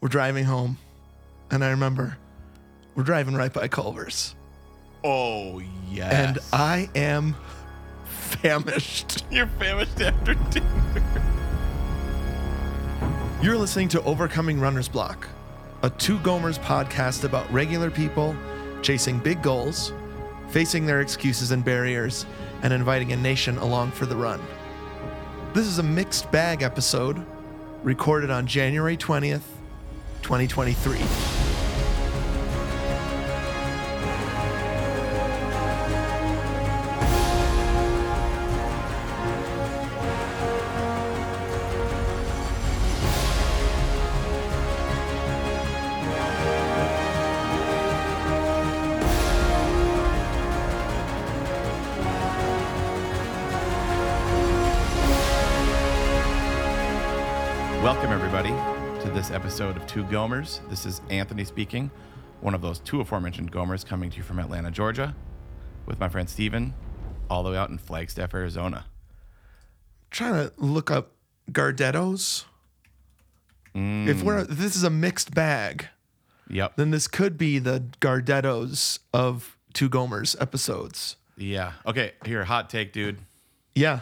We're driving home, and I remember we're driving right by Culver's, Oh yes. and I am famished. You're famished after dinner. You're listening to Overcoming Runner's Block, a two Gomers podcast about regular people chasing big goals, facing their excuses and barriers, and inviting a nation along for the run. This is a mixed bag episode recorded on January 20th, 2023. Welcome everybody to this episode of Two Gomers. This is Anthony speaking, one of those two aforementioned Gomers coming to you from Atlanta, Georgia, with my friend Steven, all the way out in Flagstaff, Arizona. trying to look up Gardettos. If we're this is a mixed bag, Yep. then this could be the Gardettos of Two Gomers episodes. Yeah. Okay, here, hot take, dude. Yeah.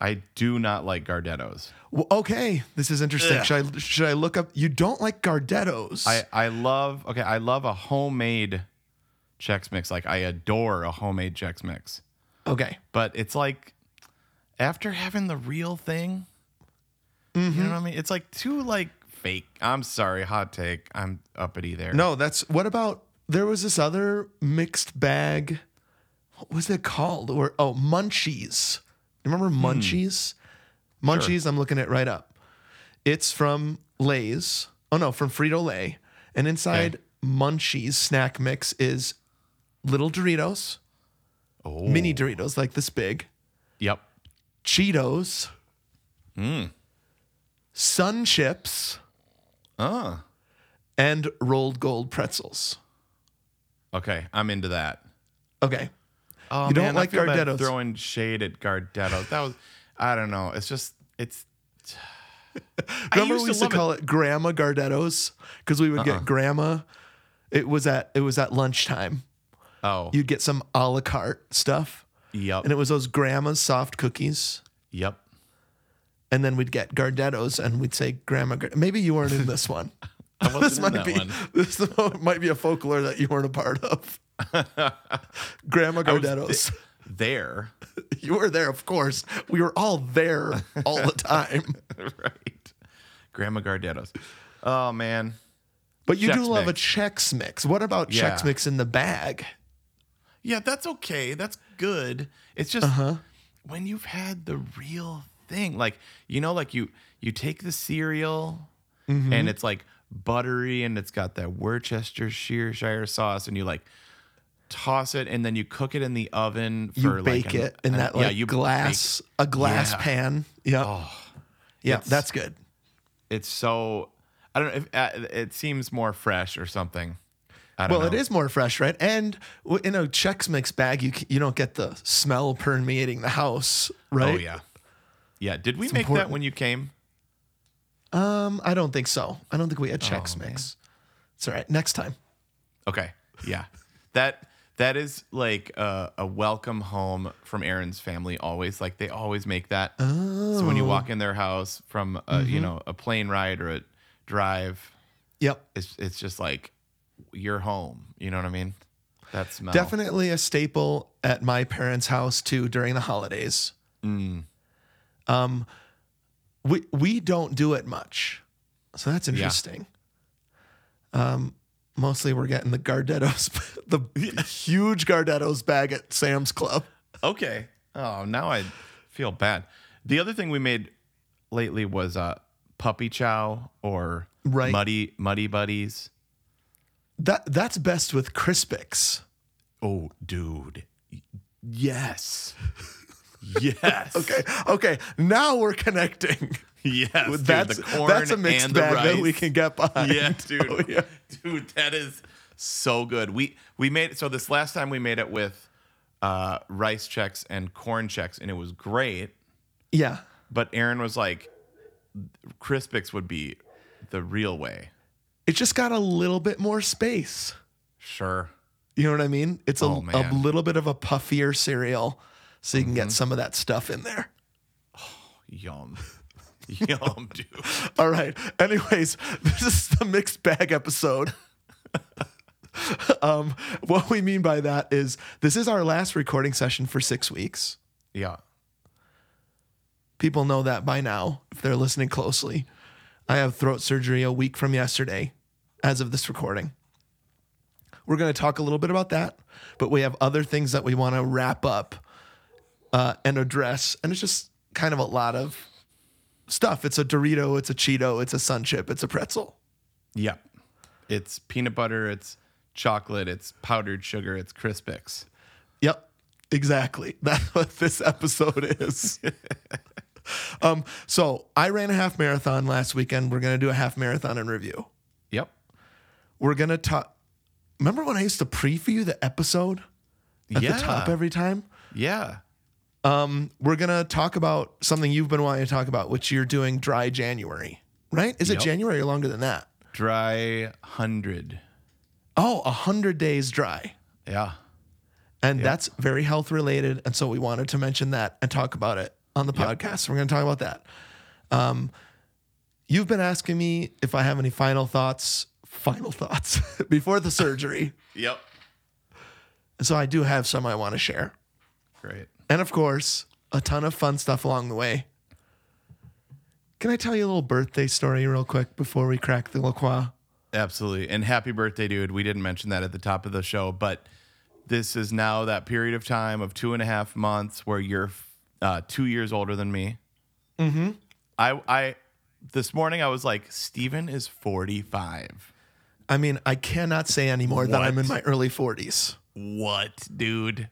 I do not like Gardettos. Well, okay, this is interesting. Ugh. Should I should I look up? You don't like Gardettos. I, I love okay, I love a homemade Chex mix. Like I adore a homemade Chex mix. okay. but it's like after having the real thing you know what i mean it's like too like fake i'm sorry hot take i'm uppity there No, that's what about? There was this other mixed bag. What was it called? Or oh, Munchies. Remember Munchies? Munchies. I'm looking it right up. It's from Lay's. Oh no, from Frito Lay. And inside Munchies snack mix is little Doritos, oh, mini Doritos like this big, yep Cheetos, Sun Chips. uh Ah. and rolled gold pretzels. okay i'm into that Okay. oh You don't man, I like feel bad Gardettos. throwing shade at gardettos that was i don't know it's just it's I Remember we used to, love Uh-uh. call it, Grandma Gardettos because we would get Grandma. It was at it was at lunchtime. oh You'd get some a la carte stuff, yep and it was those Grandma's soft cookies. yep And then we'd get Gardettos, and we'd say Grandma. Gar-" Maybe you weren't in this one. I wasn't this in might that be one. this might be a folklore that you weren't a part of. Grandma was Gardettos. there you were there, of course. We were all there all the time. right grandma gardettos oh man But you do Chex love Mix. a Chex Mix. What about Yeah. Chex Mix in the bag? Yeah, that's okay. That's good. It's just Uh-huh. when you've had the real thing, like you know, like you you take the cereal Mm-hmm. and it's like buttery and it's got that Worcestershire sauce, and you like toss it and then you cook it in the oven You for like bake an- it in an- that yeah, like you glass, a glass Yeah. Oh, pan. Yeah, yeah, it's- that's good. bake- It's so I don't know. If, uh, it seems more fresh or something. I don't Well, it know. is more fresh, right? And w- in a Chex Mix bag, you c- you don't get the smell permeating the house, right? Oh yeah, yeah. Did we make important. that when you came? Oh, Um, I don't think so. I don't think we had Chex Mix. It's all right. Next time. Okay. Yeah. That that is like a, a welcome home from Aaron's family always. Like they always make that. So when you Um, walk Oh. in their house from a, you Mm-hmm. know a plane ride or a drive, Yep. it's it's just like you're home. You know what I mean? That smell. Definitely a staple at my parents' house too during the holidays. Mm. Um, we we don't do it much, so that's interesting. Um, mostly we're getting the Gardettos, the huge Gardettos bag at Sam's Club. Okay. Oh, now I feel bad. The other thing we made lately was uh puppy chow or Right. muddy muddy buddies. That that's best with Crispix. Oh, dude. Yes. Yes. Okay, okay, now we're connecting. Yes. dude, that's the corn that's a mixed and the bag that we rice. can get behind. Yeah, dude. Oh, yeah. Dude, that is so good. We we made so this last time we made it with uh, rice checks and corn checks, and it was great. yeah. But Aaron was like, Crispix would be the real way. It just got a little bit more space. Sure. You know what I mean? It's a, Oh, a man. Mm-hmm. little bit of a puffier cereal, so you can get some of that stuff in there. Yum. Yum, dude. All right. Anyways, this is the mixed bag episode. um, what we mean by that is this is our last recording session for six weeks. Yeah. People know that by now if they're listening closely. I have throat surgery a week from yesterday as of this recording. We're going to talk a little bit about that, but we have other things that we want to wrap up uh, and address. And it's just kind of a lot of stuff. It's a Dorito, it's a Cheeto, it's a Sun Chip, it's a pretzel. Yep. It's peanut butter, it's chocolate, it's powdered sugar, it's Crispix. Yep, exactly. That's what this episode is. um, so I ran a half marathon last weekend. We're gonna do a half marathon in review. Yep. We're gonna talk. Remember when I used to preview the episode at yeah. the top eh? every time? yeah. We're gonna talk about something you've been wanting to talk about, which you're doing dry January, right? Is Yep. it January or longer than that? Dry hundred. Oh, a hundred days dry. Yeah. And that's very health related. And so we wanted to mention that and talk about it on the podcast. We're going to talk about that. Um, you've been asking me if I have any final thoughts, final thoughts before the surgery. Yep. And so I do have some I want to share. Great. And of course, a ton of fun stuff along the way. Can I tell you a little birthday story real quick before we crack the La Croix? Absolutely. And happy birthday, dude. We didn't mention that at the top of the show, but this is now that period of time of two and a half months where you're uh, two years older than me. Mm-hmm. I, I, this morning I was like, Steven is 45. I mean, I cannot say anymore that I'm What? in my early 40s. What, dude?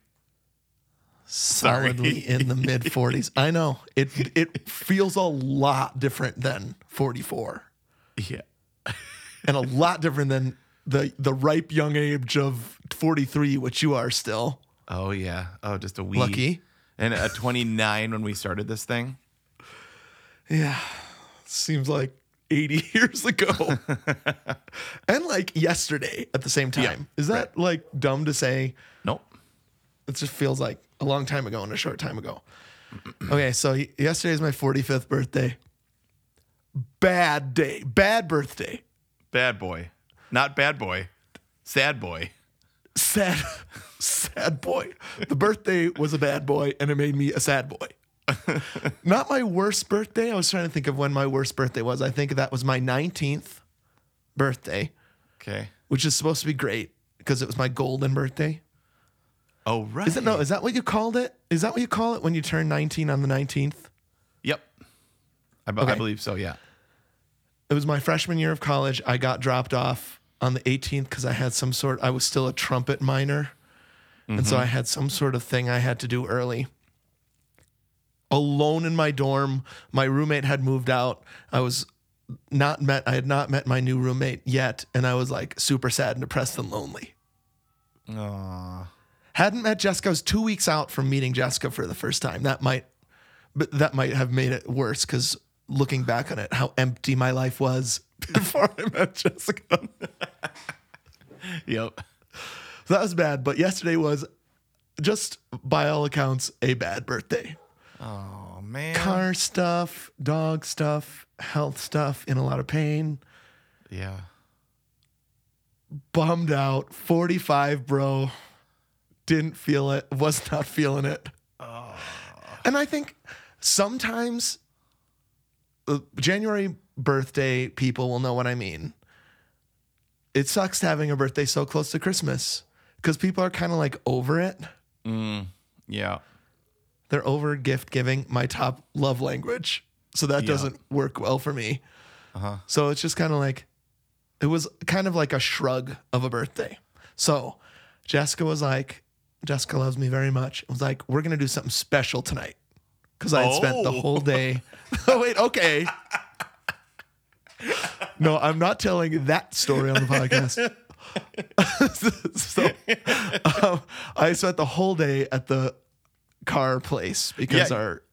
solidly in the mid 40s. I know it. It feels a lot different than 44, Yeah. and a lot different than the the ripe young age of 43, which you are still. Oh, yeah. Oh, just a wee. Lucky. And a 29 when we started this thing. Yeah, seems like 80 years ago, and like yesterday at the same time. Is that like dumb to say? Nope. It just feels like a long time ago and a short time ago. Okay, so y- yesterday is my 45th birthday. Bad day, bad birthday. Bad boy. Not bad boy. Sad boy. sad sad boy the birthday was a bad boy and it made me a sad boy not my worst birthday i was trying to think of when my worst birthday was i think that was my 19th birthday Okay. which is supposed to be great because it was my golden birthday Oh, right. is it no is that what you called it is that what you call it when you turn 19 on the 19th Yep. I, b- I believe so. Yeah. it was my freshman year of college. I got dropped off on the 18th because I had some sort. I was still a trumpet minor, and so I had some sort of thing I had to do early. Alone in my dorm, my roommate had moved out. I was not met. I had not met my new roommate yet, and I was like super sad and depressed and lonely. Aw. Hadn't met Jessica. I was two weeks out from meeting Jessica for the first time. That might, but that might have made it worse because looking back on it, how empty my life was before I met Jessica. Yep. So that was bad. But yesterday was just by all accounts a bad birthday. Oh man. Car stuff, dog stuff, health stuff, in a lot of pain, yeah. bummed out, 45, bro. Didn't feel it, was not feeling it. And I think sometimes uh, January birthday people will know what I mean. It sucks having a birthday so close to Christmas because people are kind of like over it. Yeah. they're over gift giving my top love language so that doesn't work well for me so it's just kind of like it was kind of like a shrug of a birthday so jessica was like jessica loves me very much was like we're gonna do something special tonight because i had spent the Oh. whole day oh wait okay no i'm not telling that story on the podcast so um, I spent the whole day at the car place because Yeah. our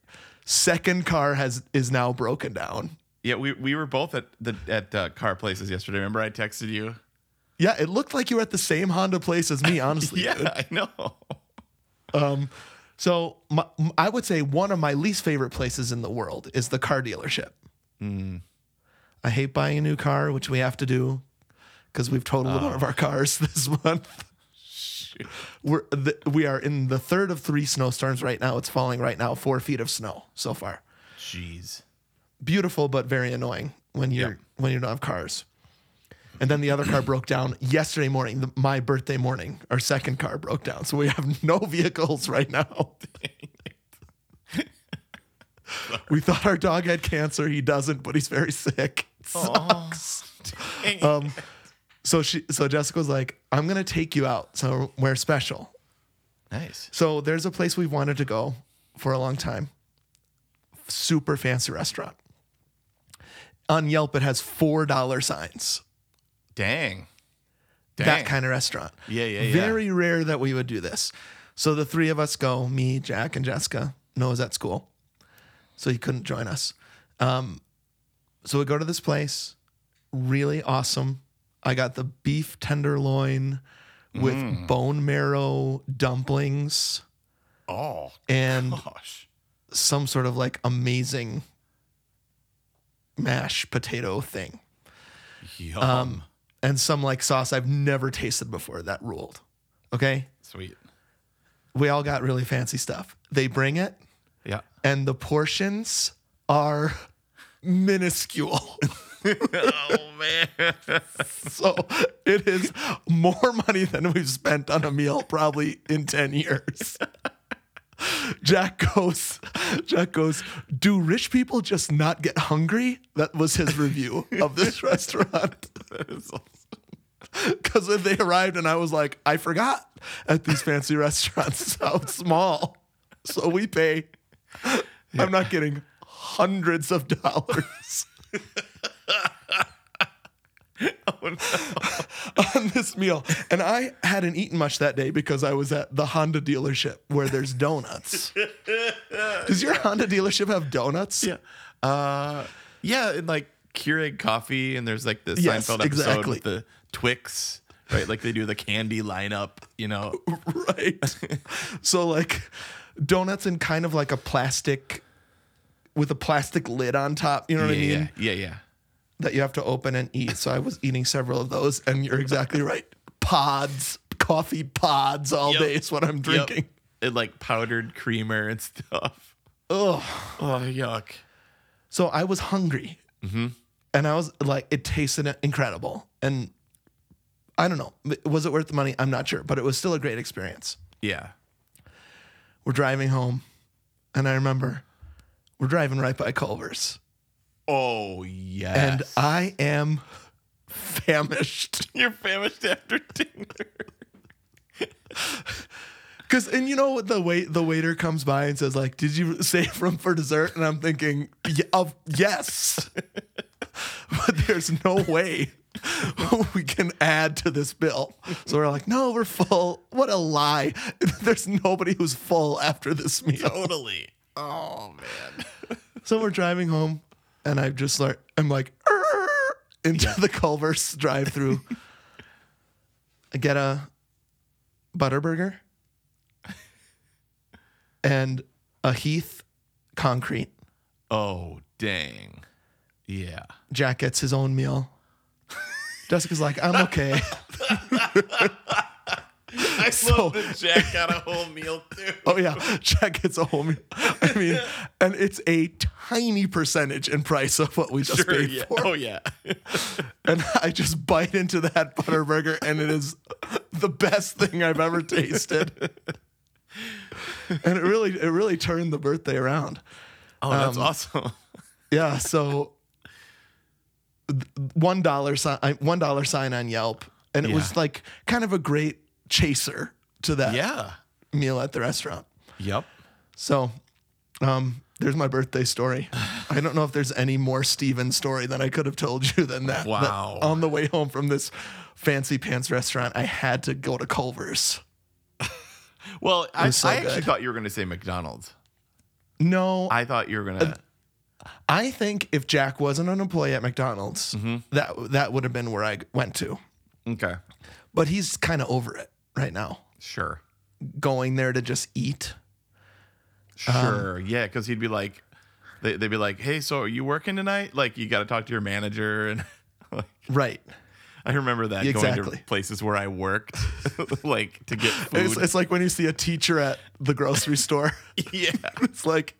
second car has is now broken down. Yeah, we, we were both at the at uh, car places yesterday. Remember, I texted you. Yeah, it looked like you were at the same Honda place as me, honestly. Yeah, I know. Um, so my, I would say one of my least favorite places in the world is the car dealership. I hate buying a new car, which we have to do because we've totaled one of our cars this month. We're th- we are in the third of three snowstorms right now. It's falling right now, four feet of snow so far. Jeez. Beautiful, but very annoying when you're Yeah. when you don't have cars. And then the other car broke down yesterday morning, the, my birthday morning. Our second car broke down, so we have no vehicles right now. we thought our dog had cancer. He doesn't, but he's very sick. It sucks. Um, so she, so Jessica was like, "I'm gonna take you out somewhere special." nice. So there's a place we've wanted to go for a long time. Super fancy restaurant. On Yelp, it has four dollar signs. Dang. Dang. That kind of restaurant. Yeah, yeah, yeah. Very rare that we would do this. So the three of us go. Me, Jack, and Jessica. Noah's at school, so he couldn't join us. Um, so we go to this place. Really awesome. I got the beef tenderloin with Mm. bone marrow dumplings Oh and gosh. some sort of like amazing mashed potato thing Yum. and some like sauce I've never tasted before that ruled. Okay. Sweet. We all got really fancy stuff. They bring it, Yeah. and the portions are minuscule. oh man. so it is more money than we've spent on a meal probably in 10 years. Jack goes, Jack goes, do rich people just not get hungry? That was his review of this restaurant. Because when they arrived and I was like, I forgot at these fancy restaurants how small. So we pay, I'm not kidding, hundreds of dollars. on this meal. And I hadn't eaten much that day because I was at the Honda dealership where there's donuts. Does your Honda dealership have donuts? Yeah. Uh, yeah, and like Keurig coffee, and there's like this Yes, Seinfeld episode exactly. with the Twix, right? Like they do the candy lineup, you know. Right. so like donuts in kind of like a plastic with a plastic lid on top, you know yeah, what I mean? yeah, yeah, yeah. That you have to open and eat. So I was eating several of those and you're exactly right. Pods, coffee pods all Yep. day is what I'm Yep. drinking. It like powdered creamer and stuff. Ugh. Oh yuck. So I was hungry. And I was like, it tasted incredible. And I don't know, was it worth the money? I'm not sure, but it was still a great experience. Yeah. We're driving home. And I remember we're driving right by Culver's. Oh yes. And I am famished. you're famished after dinner. Cause and you know the wait the waiter comes by and says, like, did you save room for dessert? And I'm thinking, "Ye- of yes. but there's no way we can add to this bill. So we're like, no, we're full. What a lie. There's nobody who's full after this meal. totally. Oh man. So we're driving home, and I just like I'm like "Arr!" into the Culver's drive-through. I get a butterburger and a Heath concrete. Oh dang. Yeah. Jack gets his own meal. Jessica's like, I'm okay. I So- love that Jack got a whole meal too. Oh yeah, Jack gets a whole meal. I mean, and it's a tiny percentage in price of what we just Sure, paid yeah. for. Oh yeah. And I just bite into that butterburger, and it is the best thing I've ever tasted. And it really, it really turned the birthday around. Oh, that's awesome. Yeah. So th- one dollar sign, one dollar sign on Yelp, and it was Yeah. like kind of a great chaser to that Yeah. meal at the restaurant. Yep. So, um, there's my birthday story. I don't know if there's any more Steven story than I could have told you than that. but Wow. on the way home from this fancy pants restaurant, I had to go to Culver's. Well, I, was so I actually good. thought you were going to say McDonald's. No, I thought you were going to. I think if Jack wasn't an employee at McDonald's, Mm-hmm. that that would have been where I went to. Okay. But he's kind of over it right now, Sure. going there to just eat. Um, Sure. yeah, because he'd be like, they, they'd be like, hey, so are you working tonight? Like, you got to talk to your manager. And like, Right. I remember that going Exactly. to places where I worked, like to get food. It's, it's like when you see a teacher at the grocery store. yeah. It's like,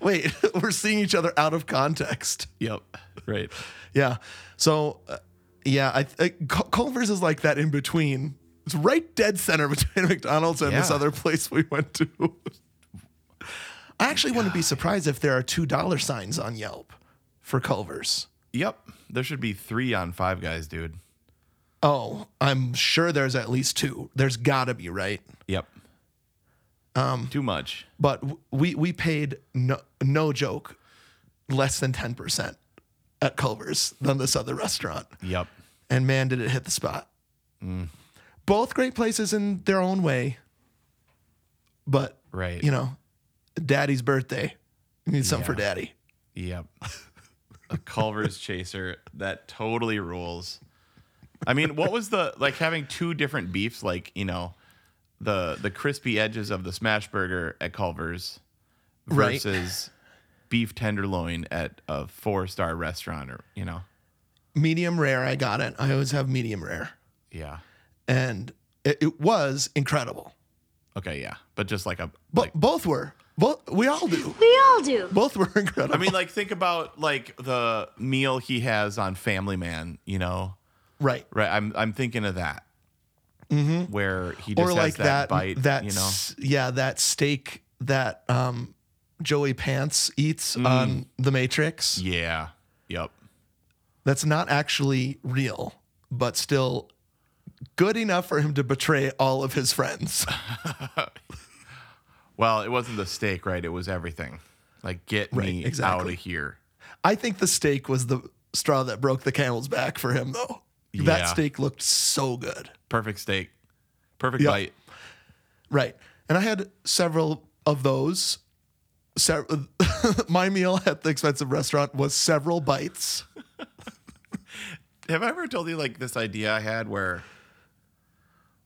wait, we're seeing each other out of context. Yep. Right. Yeah. So, uh, yeah, I, I, Cul- Culver's is like that in between. It's right dead center between McDonald's and this Yeah. other place we went to. I actually wouldn't be surprised if there are two dollar signs on Yelp for Culver's. Yep. There should be three on Five Guys, dude. Oh, I'm sure there's at least two. There's gotta be, right? Yep. Um. Too much. But w- we we paid no no joke less than ten percent at Culver's than this other restaurant. Yep. and man, did it hit the spot. Mm. Both great places in their own way, but Right. you know, Daddy's birthday. You need something for Yeah. Daddy. Yep. A Culver's chaser that totally rules. I mean, what was the like having two different beefs like, you know, the the crispy edges of the smash burger at Culver's Right. versus beef tenderloin at a four-star restaurant or, you know. Medium rare, I got it. I always have medium rare, Yeah. and it, it was incredible. Okay, yeah. But just like a But like both were. Both we all do. We all do. Both were incredible. I mean, like think about like the meal he has on Family Man, you know. right. Right? I'm I'm thinking of that. Where he just Mm-hmm. Or has like that, that. bite, that you know. s- yeah, that steak that um, Joey Pants eats Mm. on The Matrix. Yeah. Yep. that's not actually real, but still good enough for him to betray all of his friends. Well, it wasn't the steak, right? It was everything. Like, get me Right, exactly. out of here. I think the steak was the straw that broke the camel's back for him, though. Yeah. That steak looked so good. Perfect steak. Perfect Yep. bite. Right. And I had several of those. Sev- My meal at the expensive restaurant was several bites. Have I ever told you, like, this idea I had where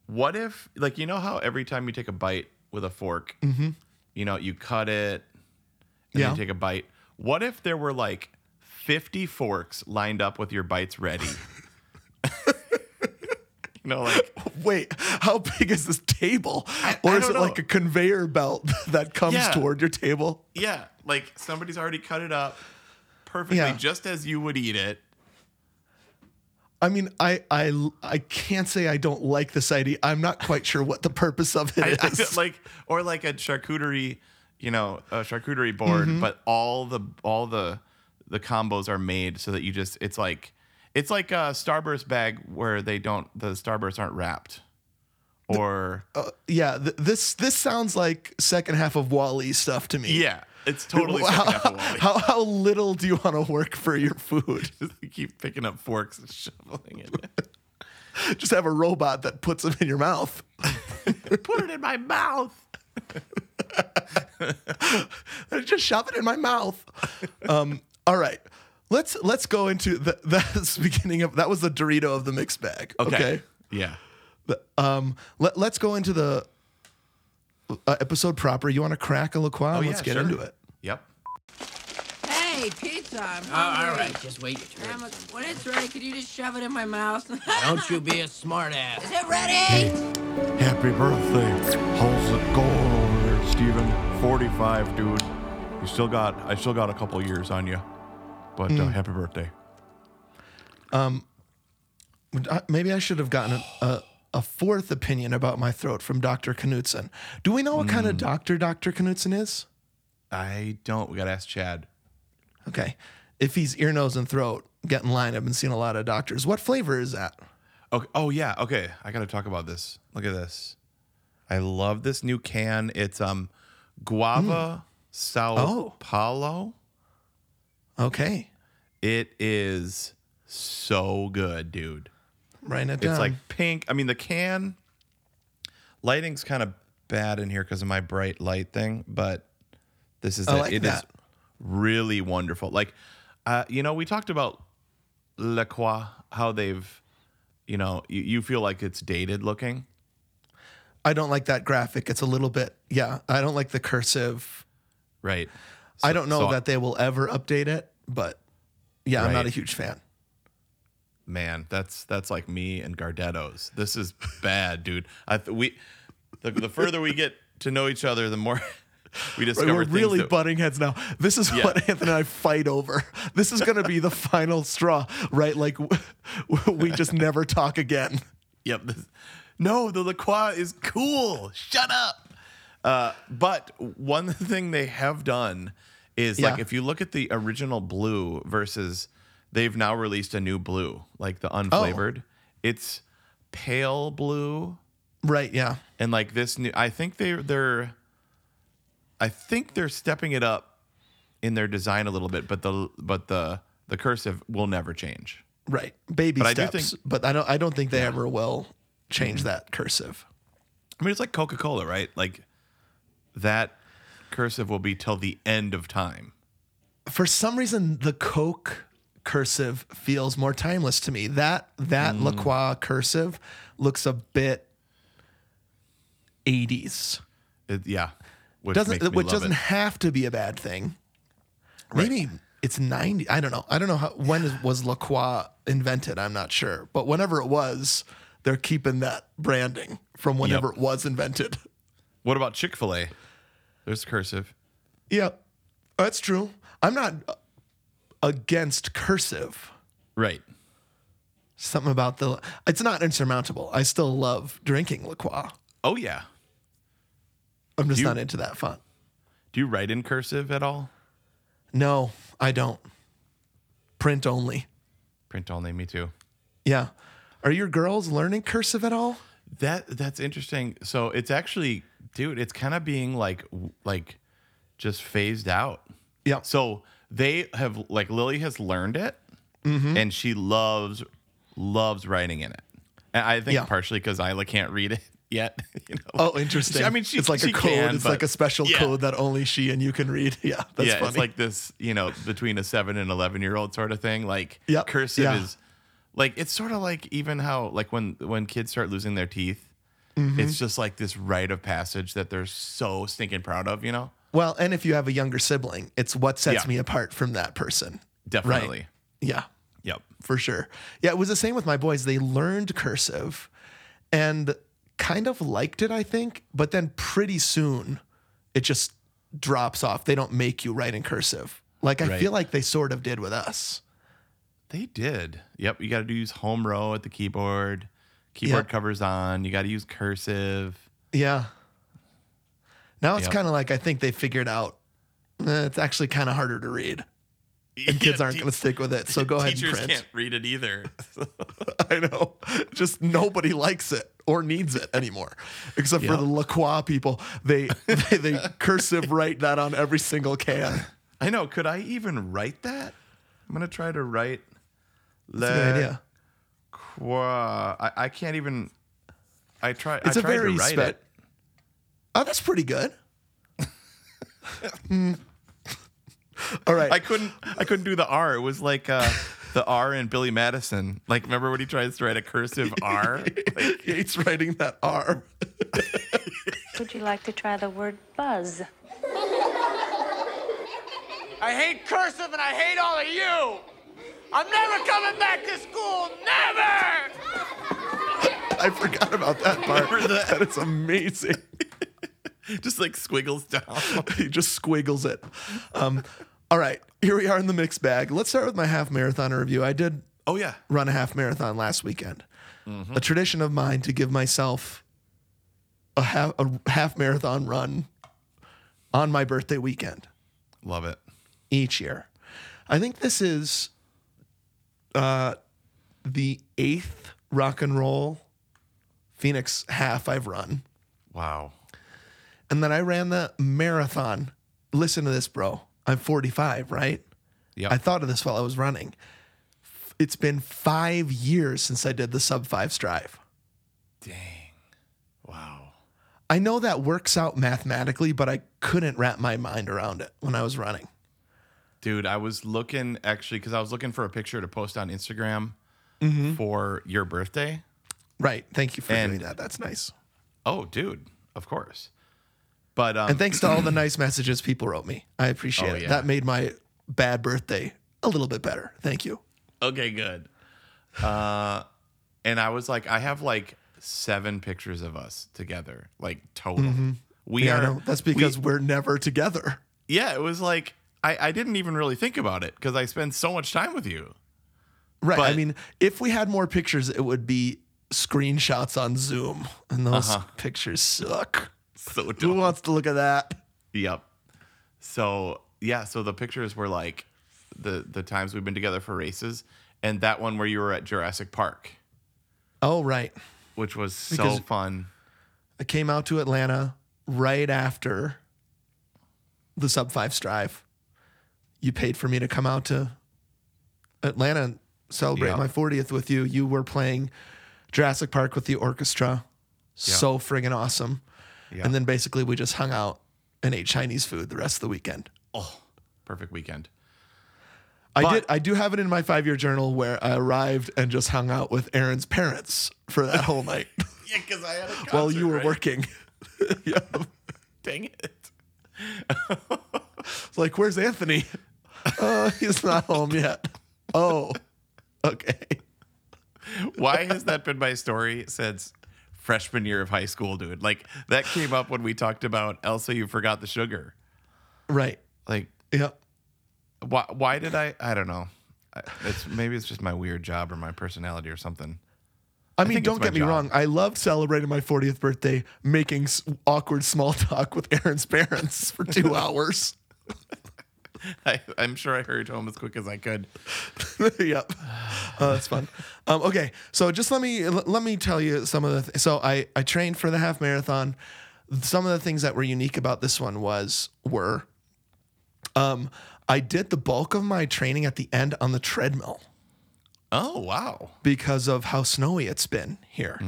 what if, like, you know how every time you take a bite with a fork, you know, you cut it and then Mm-hmm. Yeah. you take a bite? What if there were, like, 50 forks lined up with your bites ready? you know, like, Wait, how big is this table? or I is don't it know. like a conveyor belt that comes Yeah. toward your table? Yeah, like somebody's already cut it up perfectly, Yeah. just as you would eat it. I mean, I, I, I can't say I don't like this idea. I'm not quite sure what the purpose of it I- is. I feel like or like a charcuterie, you know, a charcuterie board, but all the all the the combos are made so that you just it's like it's like a Starburst bag where they don't the Starbursts aren't wrapped. Or Uh, yeah, th- this this sounds like second half of Wally stuff to me. yeah, it's totally How, second half of Wally. how, how little do you want to work for your food? You keep picking up forks and shoveling it. Just have a robot that puts them in your mouth. Put it in my mouth. Just shove it in my mouth. Um, all right, let's let's go into the that's the beginning of that was the Dorito of the mixed bag. okay? Yeah. But, um, let, let's go into the uh, episode proper. You want to crack a LaCroix? Oh, let's yeah, get sure. into it. Yep. Hey, pizza! I'm Oh, all hungry. right, just wait your turn. Grandma, when it's ready, could you just shove it in my mouth? Is Don't you be a smartass. it ready? Happy birthday. How's it going over there, Steven? 45, dude. You still got I still got a couple years on you. But uh, happy birthday. I- Maybe I should have gotten a, a, a fourth opinion about my throat from Dr. Knutson. Do we know what kind of Mm. doctor Dr. Knutson is? I don't. We got to ask Chad. Okay. If he's ear, nose, and throat, get in line. I've been seeing a lot of doctors. What flavor is that? Okay. Oh yeah. Okay. I got to talk about this. Look at this. I love this new can. It's um guava Sao Oh. Paulo. Okay. It is so good, dude. Writing it down. It's like pink. I mean, the can lighting's kind of bad in here because of my bright light thing, but this is I it. like It is that. really wonderful. Like, uh, you know, we talked about La Croix, how they've, you know, you, you feel like it's dated looking. I don't like that graphic. It's a little bit, yeah. I don't like the cursive. Right. I don't know so- that they will ever update it, but yeah, I'm not Right. a huge fan. Man, that's that's like me and Gardetto's. This is bad, dude. I th- we the, the further we get to know each other, the more we discover We're things really that- butting heads now. This is Yeah. what Anthony and I fight over. This is going to be the final straw, right? Like w- we just never talk again. Yep. This, no, the LaCroix is cool. Shut up. Uh, but one thing they have done is like Yeah. if you look at the original blue versus they've now released a new blue, like the unflavored. It's pale blue Right? Yeah. and like this new I think they they're I think they're stepping it up in their design a little bit, but the but the the cursive will never change. Right. Baby But I do steps. think- Mm-hmm. but I don't. I don't think they ever will change that cursive. I mean, it's like Coca Cola, right? Like that cursive will be till the end of time. for some reason the Coke cursive feels more timeless to me. That that Mm. La Croix cursive looks a bit 80s. It- yeah, which Doesn't makes me which love doesn't it. have to be a bad thing. Maybe it's 90. I don't know. I don't know how when is, was La Croix invented. I'm not sure. But whenever it was, they're keeping that branding from whenever it was invented. what about Chick Fil A? There's cursive. yeah. That's true. I'm not uh, against cursive. Right. something about the it's not insurmountable i still love drinking la croix Oh yeah. i'm just You- not into that font Do you write in cursive at all? no i don't print only Print only. Me too. yeah are your girls learning cursive at all That that's interesting. So it's actually, dude, it's kind of being like like just phased out. yeah So they have like Lily has learned it, Mm-hmm. and she loves loves writing in it. And I think Yeah. partially because Isla can't read it yet. you know? oh interesting She- I mean, she, it's like she a code can, it's like but- a special yeah. code that only she and you can read yeah that's yeah, funny it's like this, you know, between a seven and eleven year old sort of thing. Like Yep, cursive yeah. is like it's sort of like even how like when when kids start losing their teeth. Mm-hmm. It's just like this rite of passage that they're so stinking proud of, you know? well and if you have a younger sibling it's what sets Yeah. me apart from that person Definitely. yeah Yep. for sure. Yeah, it was the same with my boys. They learned cursive and kind of liked it, I think, but then pretty soon it just drops off. They don't make you write in cursive. Like I Right. feel like they sort of did with us. They did. Yep. You got to do use home row at the keyboard. Keyboard Yep. covers on. You got to use cursive. Yeah. Now it's Yep. kind of like I think they figured out eh, it's actually kind of harder to read. And kids aren't going to stick with it. So go ahead and Teachers print. can't read it either. I know. Just nobody likes it or needs it anymore, except for Yeah. the LaCroix people. They they, they cursive write that on every single can. I know. Could I even write that? I'm gonna try to write. That's a good idea. Qua. I, I can't even. I try. It's I a tried very to write spe- it. Oh, that's pretty good. Hmm. All right. I couldn't. I couldn't do the R. It was like uh, the R in Billy Madison. Like remember when he tries to write a cursive R? Like, Yates writing that R. Would you like to try the word buzz? I hate cursive and I hate all of you. I'm never coming back to school. Never. I forgot about that part. that is amazing. just like squiggles down. he just squiggles it. Um, all right. Here we are in the mixed bag. Let's start with my half marathon review. I did Oh yeah. run a half marathon last weekend. A tradition of mine to give myself a half, a half marathon run on my birthday weekend Love it. each year. I think this is uh, the eighth rock and roll Phoenix half I've run. Wow. And then I ran the marathon. Listen to this, bro. I'm 45, right? Yeah. I thought of this while I was running. F- It's been five years since I did the sub five strive. Dang. Wow. I know that works out mathematically, but I couldn't wrap my mind around it when I was running. Dude, I was looking actually because I was looking for a picture to post on Instagram Mm-hmm. for your birthday. Right. Thank you for And- doing that. That's nice. Oh, dude, of course. But um, And thanks to all the nice messages people wrote me. I appreciate Oh, it. yeah. That made my bad birthday a little bit better. Thank you. Okay, good. Uh, and I was like, I have like seven pictures of us together, like total. We Mm-hmm. Yeah, I are. know. That's because we- we're never together. yeah, it was like I, I didn't even really think about it because I spend so much time with you. Right. I But- mean, if we had more pictures, it would be screenshots on Zoom, and those Uh-huh. pictures suck. So Who dumb. wants to look at that? yep. So yeah, so the pictures were like the the times we've been together for races, and that one where you were at Jurassic Park, Oh, right. which was so Because- fun. I came out to Atlanta right after the sub five strive. You paid for me to come out to Atlanta and celebrate Yeah. my 40th with you. You were playing Jurassic Park with the orchestra. So friggin' awesome. Yeah. And then basically we just hung out and ate Chinese food the rest of the weekend. Perfect weekend. I But- did. I do have it in my five year journal where I arrived and just hung out with Aaron's parents for that whole night Yeah, because I had a concert, while you were right? working. yeah. Dang it. It's like, where's Anthony? Uh, he's not home yet. Oh, okay. Why has that been my story since freshman year of high school, dude? Like that came up when we talked about Elsa, you forgot the sugar. Right. Like Yep. why why did I I don't know. I- It's maybe it's just my weird job or my personality or something. I mean, think don't it's my get me job. wrong. I loved celebrating my 40th birthday, making s- awkward small talk with Aaron's parents for two hours. I, I'm sure I hurried home as quick as I could. yep, uh, that's fun. Um, okay, so just let me l- let me tell you some of the. Th- so I I trained for the half marathon. Some of the things that were unique about this one was were, um, I did the bulk of my training at the end on the treadmill Oh wow. because of how snowy it's been here.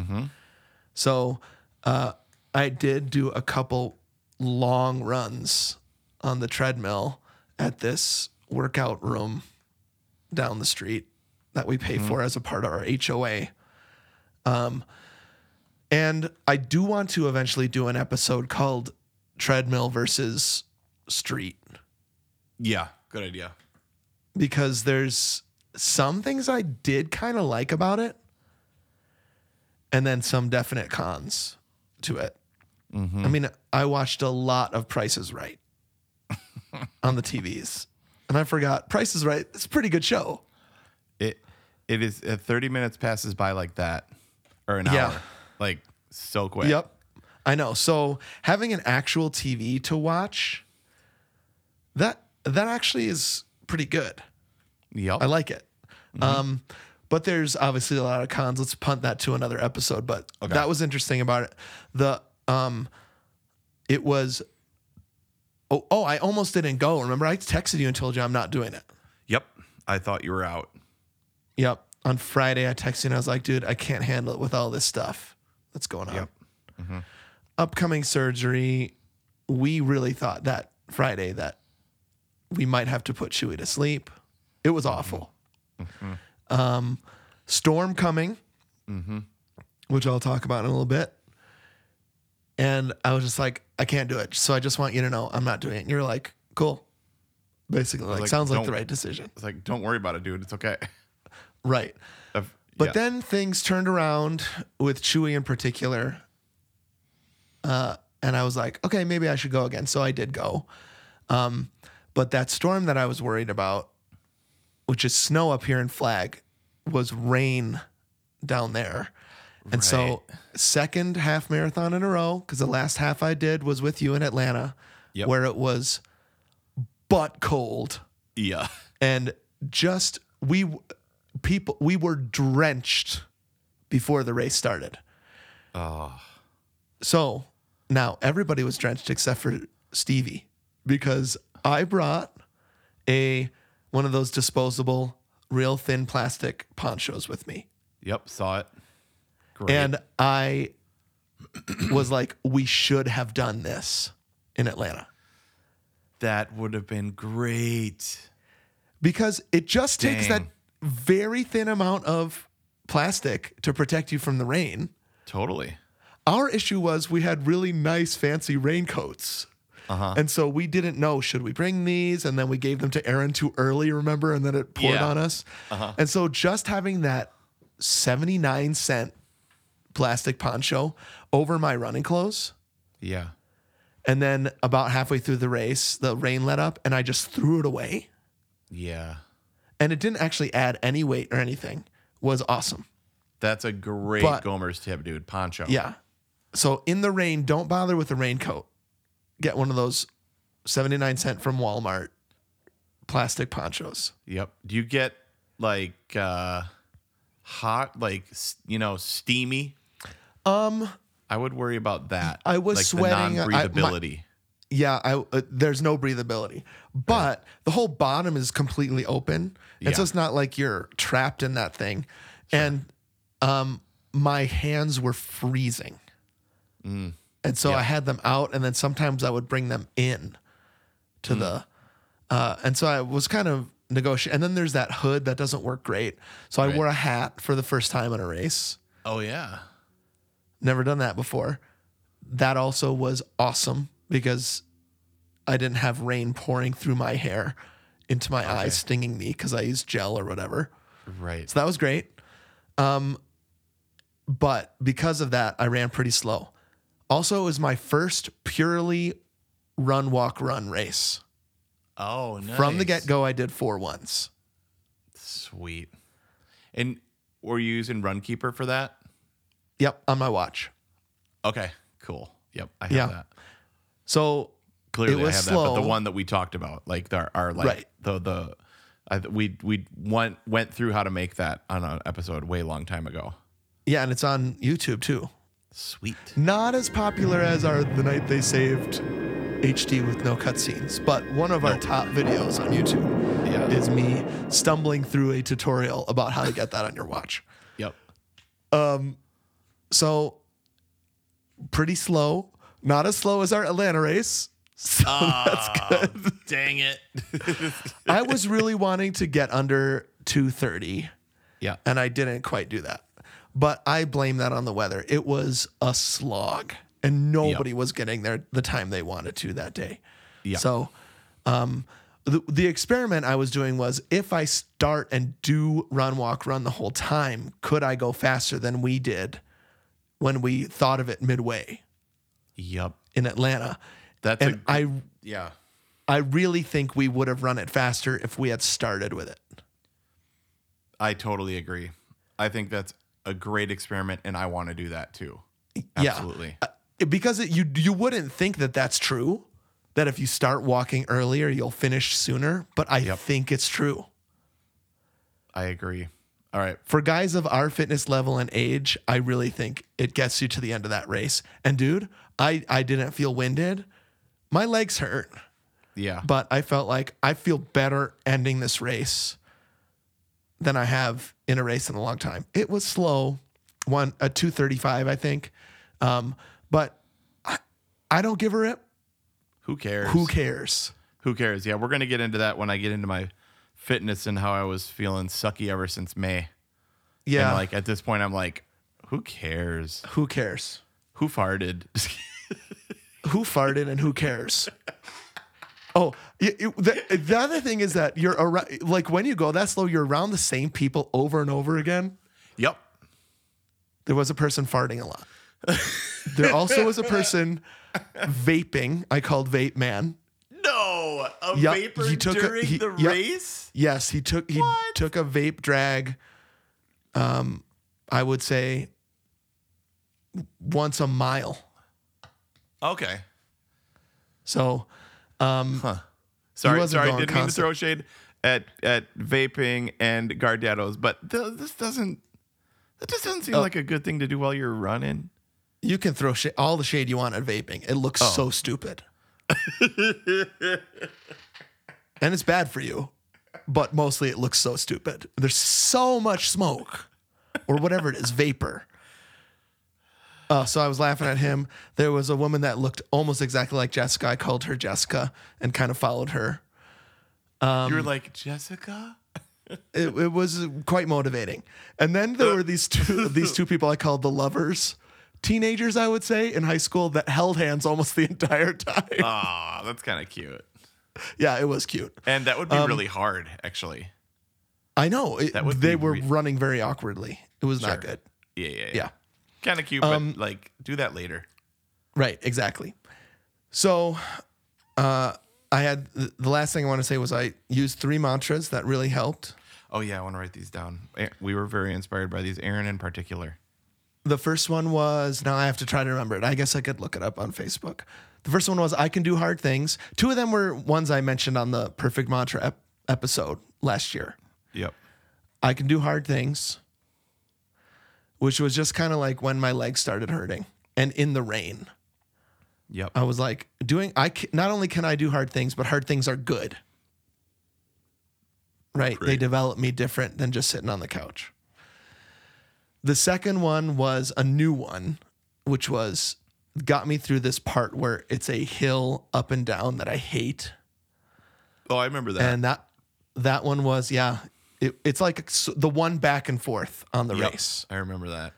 So uh, I did do a couple long runs on the treadmill at this workout room down the street that we pay for as a part of our HOA. Um, and I do want to eventually do an episode called Treadmill versus Street Yeah, good idea. because there's some things I did kind of like about it, and then some definite cons to it. I mean, I watched a lot of Prices Right on the TVs, and I forgot Price is Right. It's a pretty good show. It it is uh, 30 minutes passes by like that or an Yeah. hour. Like so quick. Yep. I know. So having an actual TV to watch, that that actually is pretty good. Yep. I like it. Um, but there's obviously a lot of cons. Let's punt that to another episode. But that was interesting about it. The um, it was. Oh, oh, I almost didn't go. Remember, I texted you and told you I'm not doing it. yep. I thought you were out. Yep. On Friday, I texted you and I was like, dude, I can't handle it with all this stuff that's going on. Mm-hmm. Upcoming surgery. We really thought that Friday that we might have to put Chewy to sleep. It Mm-hmm. was awful. Um, storm coming, Mm-hmm. which I'll talk about in a little bit. And I was just like, I can't do it. So I just want you to know I'm not doing it. And you're like, cool. Basically, like, like, sounds like the don't- right decision. It's like don't worry about it, dude. It's okay. Right. I've- But yeah. then things turned around with Chewy in particular. Uh, and I was like, okay, maybe I should go again. So I did go. Um, but that storm that I was worried about, which is snow up here in Flag, was rain down there. And so, second half marathon in a row, because the last half I did was with you in Atlanta, Yep. where it was butt cold yeah. and just we people we were drenched before the race started. Oh. So now everybody was drenched except for Stevie because I brought a one of those disposable real thin plastic ponchos with me. Yep, saw it. Great. And I was like we should have done this in Atlanta. that would have been great. because it just takes that Dang. very thin amount of plastic to protect you from the rain. Totally. Our issue was we had really nice, fancy raincoats. Uh-huh. And so we didn't know should we bring these, and then we gave them to Aaron too early, remember, and then it poured Yeah. Uh-huh. on us. And so just having that seventy nine cent plastic poncho over my running clothes, Yeah. and then about halfway through the race, the rain let up, and I just threw it away, Yeah. and it didn't actually add any weight or anything. Was awesome. That's a great But- Gomer's tip, dude. Poncho. Yeah. So in the rain, don't bother with a raincoat. Get one of those 79 cent from Walmart plastic ponchos. Yep. Do you get like uh hot, like s- you know, steamy? Um, I would worry about that. I was like sweating. I- The my- non-breathability. Yeah, I, uh, there's no breathability, but the whole bottom is completely open. And so Yeah. it's not like you're trapped in that thing. And um, my hands were freezing. Mm. And so I had them out, and then sometimes I would bring them in Mm. to the. Uh, and so I was kind of negotiating. And then there's that hood that doesn't work great. So I Right. wore a hat for the first time in a race. oh yeah. Never done that before. That also was awesome because I didn't have rain pouring through my hair into my eyes, stinging me because I used gel or whatever. Right. So that was great. Um, but because of that, I ran pretty slow. Also, it was my first purely run, walk, run race. Oh, nice. From the get go, I did four ones. Sweet. And were you using Runkeeper for that? Yep, on my watch. Okay. Cool. Yep. I have Yeah. that. So Clearly, was I have that. But slow. the one that we talked about, like the, our like Right. the the. I, we we went went through how to make that on an episode way long time ago. yeah, and it's on YouTube too. Sweet. Not as popular as our The Night They Saved HD with no cutscenes, but one of our top videos on YouTube Yeah. is me stumbling through a tutorial about how to get that on your watch. Yep. So pretty slow, not as slow as our Atlanta race. So that's good. Dang it. I was really wanting to get under 230 yeah. and I didn't quite do that. But I blame that on the weather. It was a slog and nobody was getting there the time they wanted to that day. Yeah. So um the, the experiment I was doing was if I start and do run walk run the whole time, could I go faster than we did when we thought of it midway? Yep. in Atlanta. That's And a, I yeah. I really think we would have run it faster if we had started with it. I totally agree. I think that's a great experiment, and I want to do that too. Yeah. Absolutely. It- Uh, Because it, you you wouldn't think that that's true, that if you start walking earlier, you'll finish sooner, but I Yep. think it's true. I agree. All right. For guys of our fitness level and age, I really think it gets you to the end of that race. And dude, I I didn't feel winded. My legs hurt, Yeah. but I felt like I feel better ending this race than I have in a race in a long time. It was slow, one a two thirty five, I think, um, but I, I don't give a rip. Who cares? Who cares? Who cares? Yeah, we're gonna get into that when I get into my fitness and how I was feeling sucky ever since May. Yeah, And like at this point, I'm like, who cares? who cares? Who farted? Who farted and who cares? Oh, y- y- the, the other thing is that you're around, like when you go that slow, you're around the same people over and over again. yep. There was a person farting a lot. There also was a person vaping. I called Vape Man. No, a Yep, he took a- he- yep. race. Yes, he took he What? took a vape drag. Um, I would say once a mile. Okay. So Sorry, wasn't sorry, going didn't mean to constant. throw shade at at vaping and Gardettos, but th- this doesn't that just doesn't Oh. seem like a good thing to do while you're running. you can throw sh- all the shade you want at vaping. It looks so stupid, and it's bad for you. But mostly, it looks so stupid. There's so much smoke, or whatever it is, vapor. Uh, so I was laughing at him. There was a woman that looked almost exactly like Jessica. I called her Jessica and kind of followed her. you were like Jessica. It, it was quite motivating. And then there were these two these two people I called the lovers, teenagers I would say in high school that held hands almost the entire time. Ah, that's kind of cute. yeah, it was cute. And that would Um, be really hard, actually. I know it, That would they be were re- running very awkwardly. It was not Sure. good. Yeah, yeah, yeah. Yeah. Um, Kind of cute, but like, do that later. Right, exactly. So, uh, I had the the last thing I want to say was I used three mantras that really helped. Oh yeah, I want to write these down. Eh, We were very inspired by these. Aaron in particular. The first one was now I have to try to remember it. I guess I could look it up on Facebook. The first one was I can do hard things. Two of them were ones I mentioned on the Perfect Mantra ep- episode last year. Yep. I can do hard things, which was just kind of like when my legs started hurting and in the rain. Yep. I was like, doing, I ca- not only can I do hard things, but hard things are good. Right? They develop me different than just sitting on the couch. The second one was a new one, which was got me through this part where it's a hill up and down that I hate. Oh, I remember that. And that that one was, yeah, it, it's like s- the one back and forth on the Yep, race. I remember that.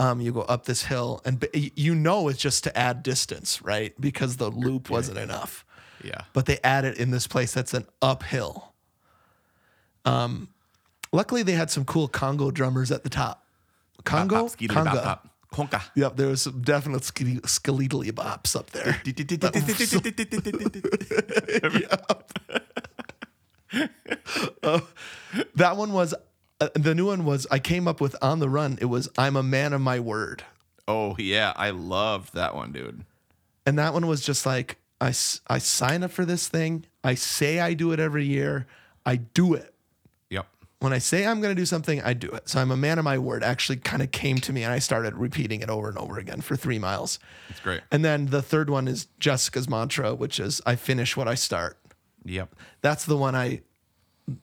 Um, you go up this hill, and b- y- you know it's just to add distance, right? Because the loop wasn't enough Yeah. but they add it in this place that's an uphill. Um, luckily they had some cool Congo drummers at the top. Congo, Conga. Conga. Yep, there was some definite ske- skeletally bops up there. That one was uh, the new one was I came up with on the run. It was I'm a man of my word, Oh yeah, I loved that one, dude. and that one was just like I s- I sign up for this thing. I say I do it every year. I do it. Yep. when I say I'm going to do something, I do it. So I'm a man of my word actually kind of came to me and I started repeating it over and over again for three miles. It's great. And then the third one is Jessica's mantra, which is I finish what I start. Yep. That's the one I,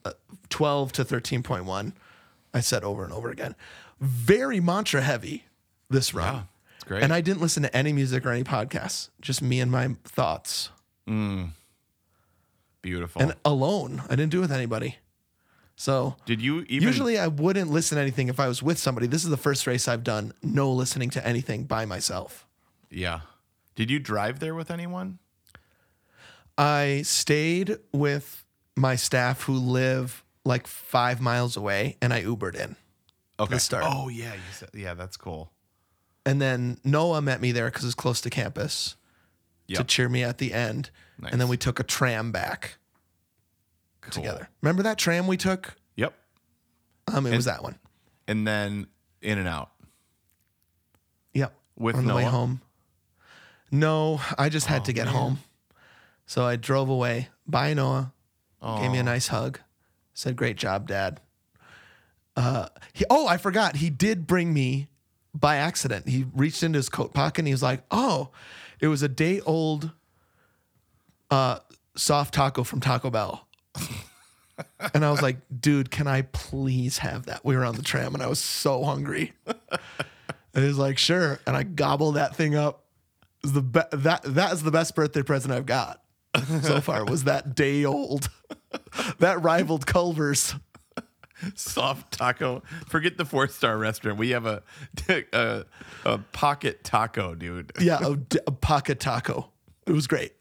uh, 12 to 13.1, I said over and over again. Very mantra heavy this run. Yeah, it's great. And I didn't listen to any music or any podcasts, just me and my thoughts. Beautiful. And alone, I didn't do it with anybody. So Did you even Usually, I wouldn't listen to anything if I was with somebody. This is the first race I've done no listening to anything by myself. Yeah. Did you drive there with anyone? I stayed with my staff who live like five miles away, and I Ubered in. Okay. the start. Oh yeah, you said, yeah, that's cool. And then Noah met me there because it's close to campus Yeah. to cheer me at the end. And Nice. then we took a tram back Cool. together. Remember that tram we took? Yep. Um, it was that one. And then in and out. Yep. With on the way Noah? Oh, home. No, I just had to get home. So I drove away. Bye, Noah. Gave me a nice hug. Said, "Great job, Dad." Uh, he, oh, I forgot. He did bring me by accident. He reached into his coat pocket and he was like, "Oh, it was a day old uh, soft taco from Taco Bell." and I was like, "Dude, can I please have that?" We were on the tram and I was so hungry. And he's like, sure. And I gobbled that thing up. It was the be- that that is the best birthday present I've got so far was that day old. that rivaled Culver's. Soft taco. Forget the four star restaurant. We have a, a a pocket taco, dude. Yeah, a, d- a pocket taco. It was great.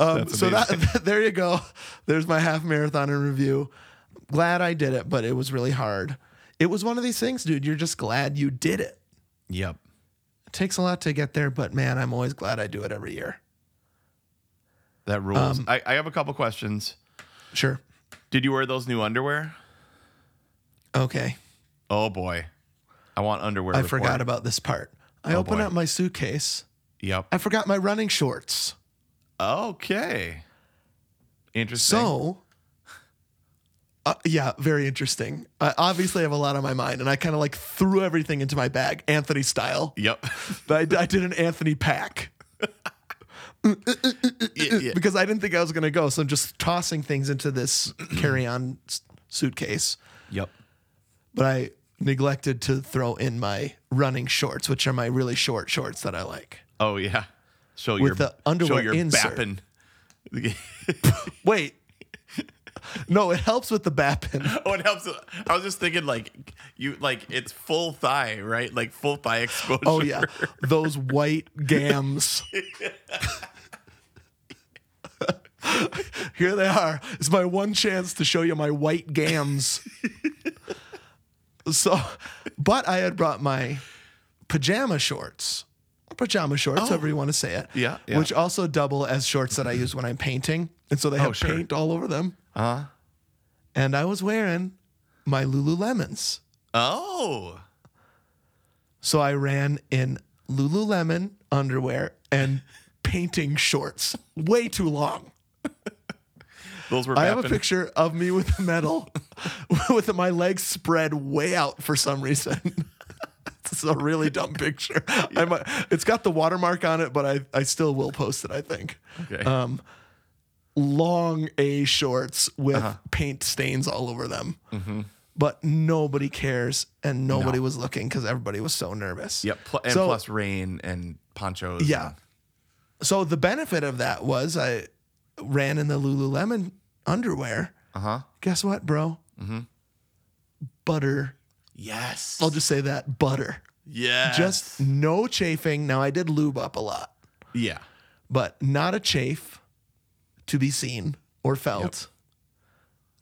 Um, That's so that, amazing. there you go. There's my half marathon in review. Glad I did it, but it was really hard. It was one of these things, dude. You're just glad you did it. Yep. It takes a lot to get there, but man, I'm always glad I do it every year. That Um, rules. I, I have a couple questions. Sure. Did you wear those new underwear? Okay. Oh boy. I want underwear. I report. forgot about this part. I Oh, open boy. up my suitcase. Yep. I forgot my running shorts. Okay. Interesting. So, uh, yeah, very interesting. I obviously have a lot on my mind, and I kind of like threw everything into my bag, Anthony style. Yep. But I, I did an Anthony pack yeah, yeah. because I didn't think I was going to go. So I'm just tossing things into this carry on suitcase. Yep. But I neglected to throw in my running shorts, which are my really short shorts that I like. Oh yeah. Show your the underwear show your insert. bapping. Wait. No, it helps with the bapping. Oh, it helps. I was just thinking, like you, like it's full thigh, right? Like full thigh exposure. Oh yeah, those white gams. Here they are. It's my one chance to show you my white gams. so, but I had brought my pajama shorts, pajama shorts, however you want to say it. Oh. Yeah, yeah. Which also double as shorts that I use when I'm painting, and so they have Oh, sure. Uh-huh. paint all over them. Uh huh. And I was wearing my Lululemons. Oh, So I ran in Lululemon underwear and painting shorts way too long. those were. I have a bapping. picture of me with a medal with my legs spread way out for some reason. it's a really dumb picture. I might, it's got the watermark on it, but I, I still will post it, I think. Okay. um, Long A shorts with Uh-huh. paint stains all over them. Mm-hmm. But nobody cares and nobody was looking because everybody was so nervous. yep. Pl- and so- plus rain and ponchos. Yeah. So the benefit of that was I ran in the Lululemon underwear. Uh huh. Guess what, bro? Mm-hmm. Butter. Yes. I'll just say that butter. yes. Just no chafing. Now I did lube up a lot, yeah. but not a chafe to be seen or felt.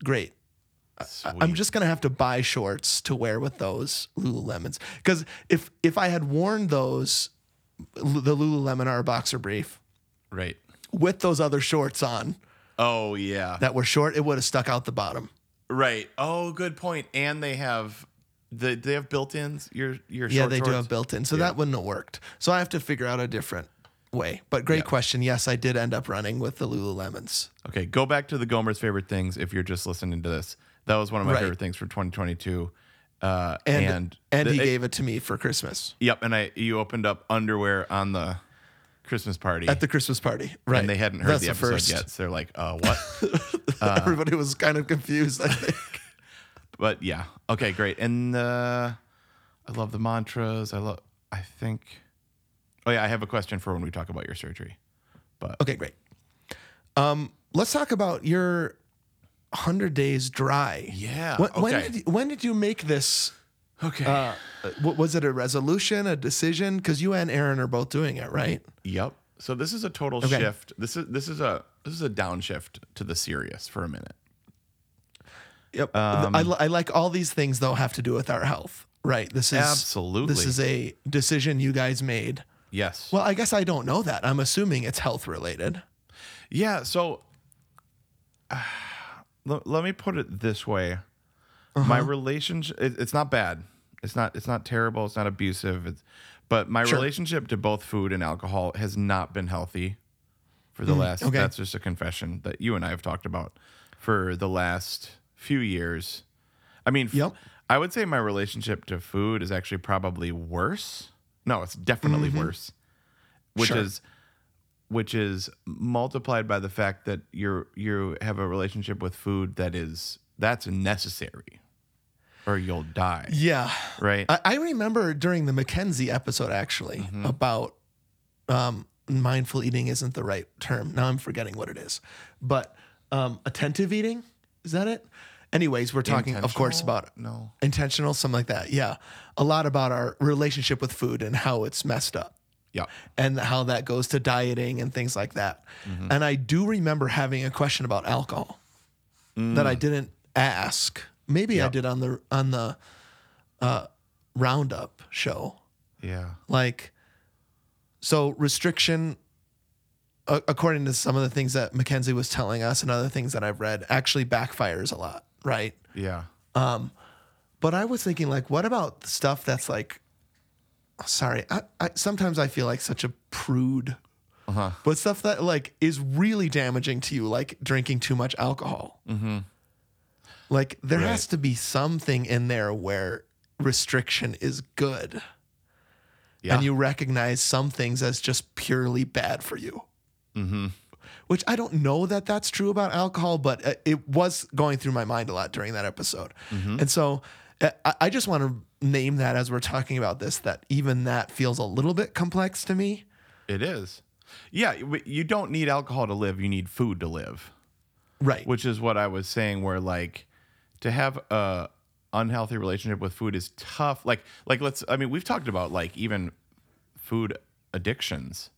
Great. I'm Sweet. just gonna have to buy shorts to wear with those Lululemons because if if I had worn those, the Lululemon are a boxer brief right. with those other shorts on, Oh yeah. that were short, it would have stuck out the bottom. right. Oh, good point. And they have the they have built-ins. Your your yeah, short they do shorts? have built in. So that wouldn't have worked. So I have to figure out a different way. But great question. Yes, I did end up running with the Lululemons. Okay, go back to the Gomer's favorite things if you're just listening to this. That was one of my Right. favorite things from 2022. Uh, And and and, he the- gave it to me for Christmas Yep, and I you opened up underwear on the Christmas party at the Christmas party. Right. and they hadn't heard That's the episode yet, Uh, so they're like, "Uh, what?" Everybody was kind of confused. I think. but yeah, okay, great. And uh, I love the mantras. I love. I think. Oh yeah, I have a question for when we talk about your surgery. But okay, great. Um, let's talk about your hundred days dry. Yeah, When, when okay. did you- when did you make this? okay, Uh, w- was it a resolution, a decision? Because you and Aaron are both doing it, right? Yep. So this is a total shift. This is this is a this is a downshift to the serious for a minute. Yep. Um, I, li- I like all these things though have to do with our health, right? This is Absolutely. This is a decision you guys made. Yes. Well, I guess I don't know that. I'm assuming it's health related. yeah. So le- let me put it this way: Uh-huh. my relationship it, it's not bad. It's not it's not terrible. It's not abusive. It's, but my Sure. relationship to both food and alcohol has not been healthy for the last. Mm, okay. That's just a confession that you and I have talked about for the last few years. I mean, f- Yep. I would say my relationship to food is actually probably worse. No, it's definitely Mm-hmm. worse. Which Sure. is which is multiplied by the fact that you're you have a relationship with food that is that's necessary or you'll die. Yeah. Right? I, I remember during the Mackenzie episode actually Mm-hmm. about um, mindful eating isn't the right term. Now I'm forgetting what it is, but um, attentive eating is that it? Anyways, we're talking, of course, Intentional? about No. intentional, something like that. Yeah, a lot about our relationship with food and how it's messed up. yeah. and how that goes to dieting and things like that. And I do remember having a question about alcohol that I didn't ask. Maybe I did on the on the uh, roundup show. Yeah. Like, so restriction, a- according to some of the things that Mackenzie was telling us and other things that I've read, actually backfires a lot, right? Yeah. But I was thinking, like, what about the stuff that's like, sorry, I, I sometimes I feel like such a prude. But stuff that like is really damaging to you, like drinking too much alcohol. Like there has to be something in there where restriction is good, Yeah. and you recognize some things as just purely bad for you. Which I don't know that that's true about alcohol, but uh, it was going through my mind a lot during that episode, and so uh, I, I just want to name that as we're talking about this. That even that feels a little bit complex to me. it is. Yeah, you- you don't need alcohol to live, you need food to live. Right. Which is what I was saying where like to have a unhealthy relationship with food is tough. Like like let's I mean we've talked about like even food addictions.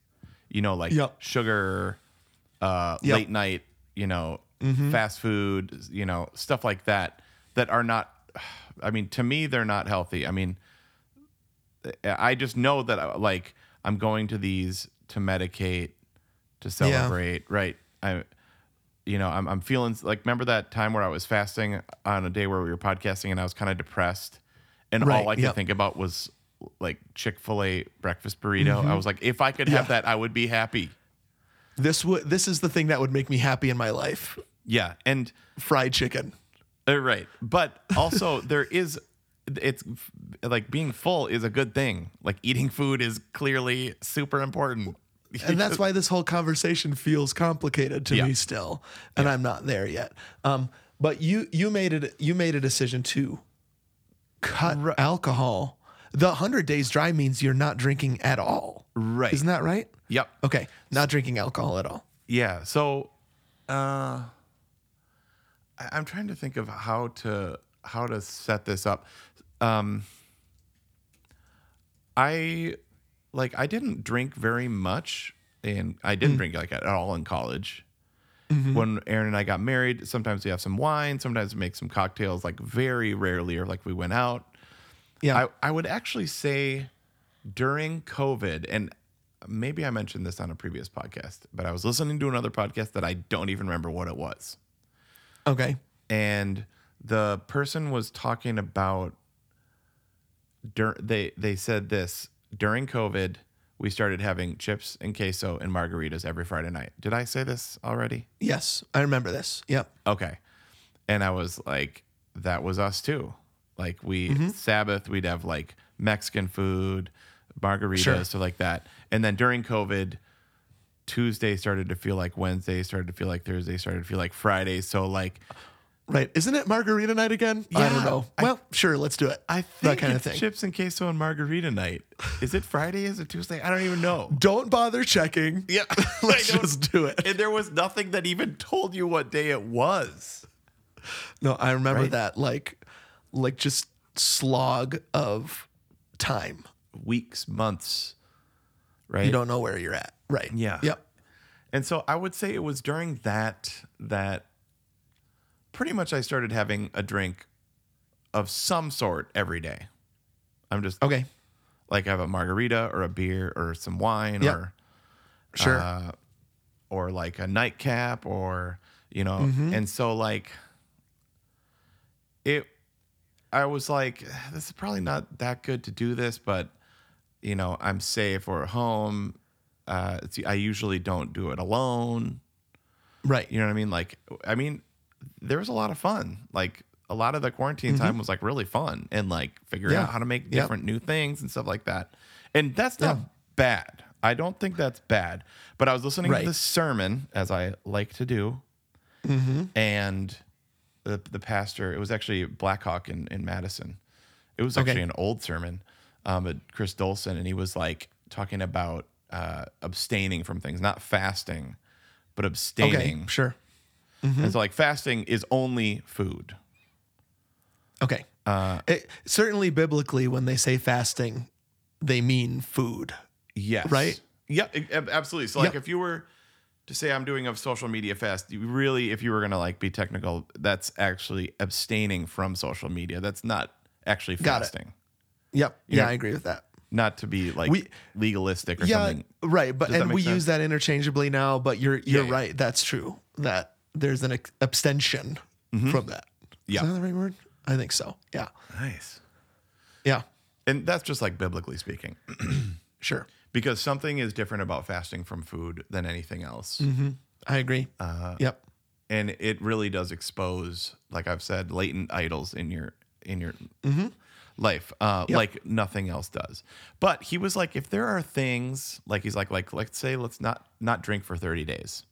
You know like Yep. sugar uh Yep. Mm-hmm. late night, you know, fast food, you know, stuff like that that are not I mean to me they're not healthy. I mean I just know that uh, like I'm going to these to medicate, to celebrate, right? I, you know, I'm I'm feeling like remember that time where I was fasting on a day where we were podcasting and I was kind of depressed, and Right, all I could yep. think about was like Chick Fil A breakfast burrito. Mm-hmm. I was like, if I could have that, I would be happy. This would this is the thing that would make me happy in my life. Yeah, and Fried chicken. Uh, right. But also, there is, it's like being full is a good thing. Like eating food is clearly super important. And that's why this whole conversation feels complicated to Yeah. me still, and I'm not there yet. Um, but you you made it you made a decision to cut alcohol. The 100 days dry means you're not drinking at all. Right. Isn't that right? Yep. Okay, not drinking alcohol at all. Yeah. So, uh, I- I'm trying to think of how to how to set this up. Um, I like I didn't drink very much, and I didn't drink like at all in college. When Aaron and I got married, sometimes we have some wine, sometimes we make some cocktails. Like very rarely, or like we went out. Yeah. I, I would actually say during COVID, and maybe I mentioned this on a previous podcast, but I was listening to another podcast that I don't even remember what it was. okay. And the person was talking about dur- they they said this during COVID, we started having chips and queso and margaritas every Friday night. Did I say this already? Yes, I remember this. Yep. Okay. And I was like, that was us too. Like we Sabbath, we'd have like Mexican food, margaritas, Sure. stuff like that. And then during COVID, Tuesday started to feel like Wednesday, started to feel like Thursday, started to feel like Friday. So like Right. Isn't it margarita night again? I don't Yeah, know. I- well, sure, let's do it. I think that kind it's of thing. chips and queso and margarita night. Is it Friday? Is it Tuesday? I don't even know. Don't bother checking. Yeah. Let's I don't- just do it. And there was nothing that even told you what day it was. No, I remember Right. that like like just slog of time. Weeks, months. Right. You don't know where you're at. Right. Yeah. Yep. And so I would say it was during that that pretty much I started having a drink of some sort every day. I'm just Okay. like I have a margarita or a beer or some wine Yep. or Sure. Uh, or like a nightcap or you know and so like it I was like this is probably not that good to do this but you know I'm safe or at home uh, it's, I usually don't do it alone right. you know what I mean? Like, I mean, there was a lot of fun. Like, a lot of the quarantine time was like really fun and like figuring Mm-hmm. Yeah. out how to make Yep. different new things and stuff like that. And that's not Yeah. bad. I don't think that's bad. But I was listening Right. to this sermon, as I like to do. Mm-hmm. And the, the pastor, it was actually Blackhawk in, in Madison. It was Okay. actually an old sermon um, at Chris Dolson, and he was like talking about uh, abstaining from things, not fasting, but abstaining. okay. Sure. Hmm. And so, like, fasting is only food. Okay. Uh, It- certainly biblically when they say fasting, they mean food. Yes. Right? Yeah, a- ab- absolutely. So, like, Yep. if you were to say, I'm doing a social media fast, you really, if you were going to like be technical, that's actually abstaining from social media. That's not actually Got it. fasting. Yep. Yeah, know- I agree with that. Not to be like We- legalistic or yeah, something. right. But Does that and make we sense? use that interchangeably now. But you're you're yeah. right. That's true. That there's an ex- abstention from that. Mm-hmm. Yeah. Is that the right word? I think so. Yeah. Nice. Yeah. And that's just like biblically speaking, Sure. because something is different about fasting from food than anything else. I agree. Uh, yep. and it really does expose like i've said latent idols in your in your Mm-hmm. life uh, like nothing else does but he was like if there are things like he's like like let's say let's not not drink for 30 days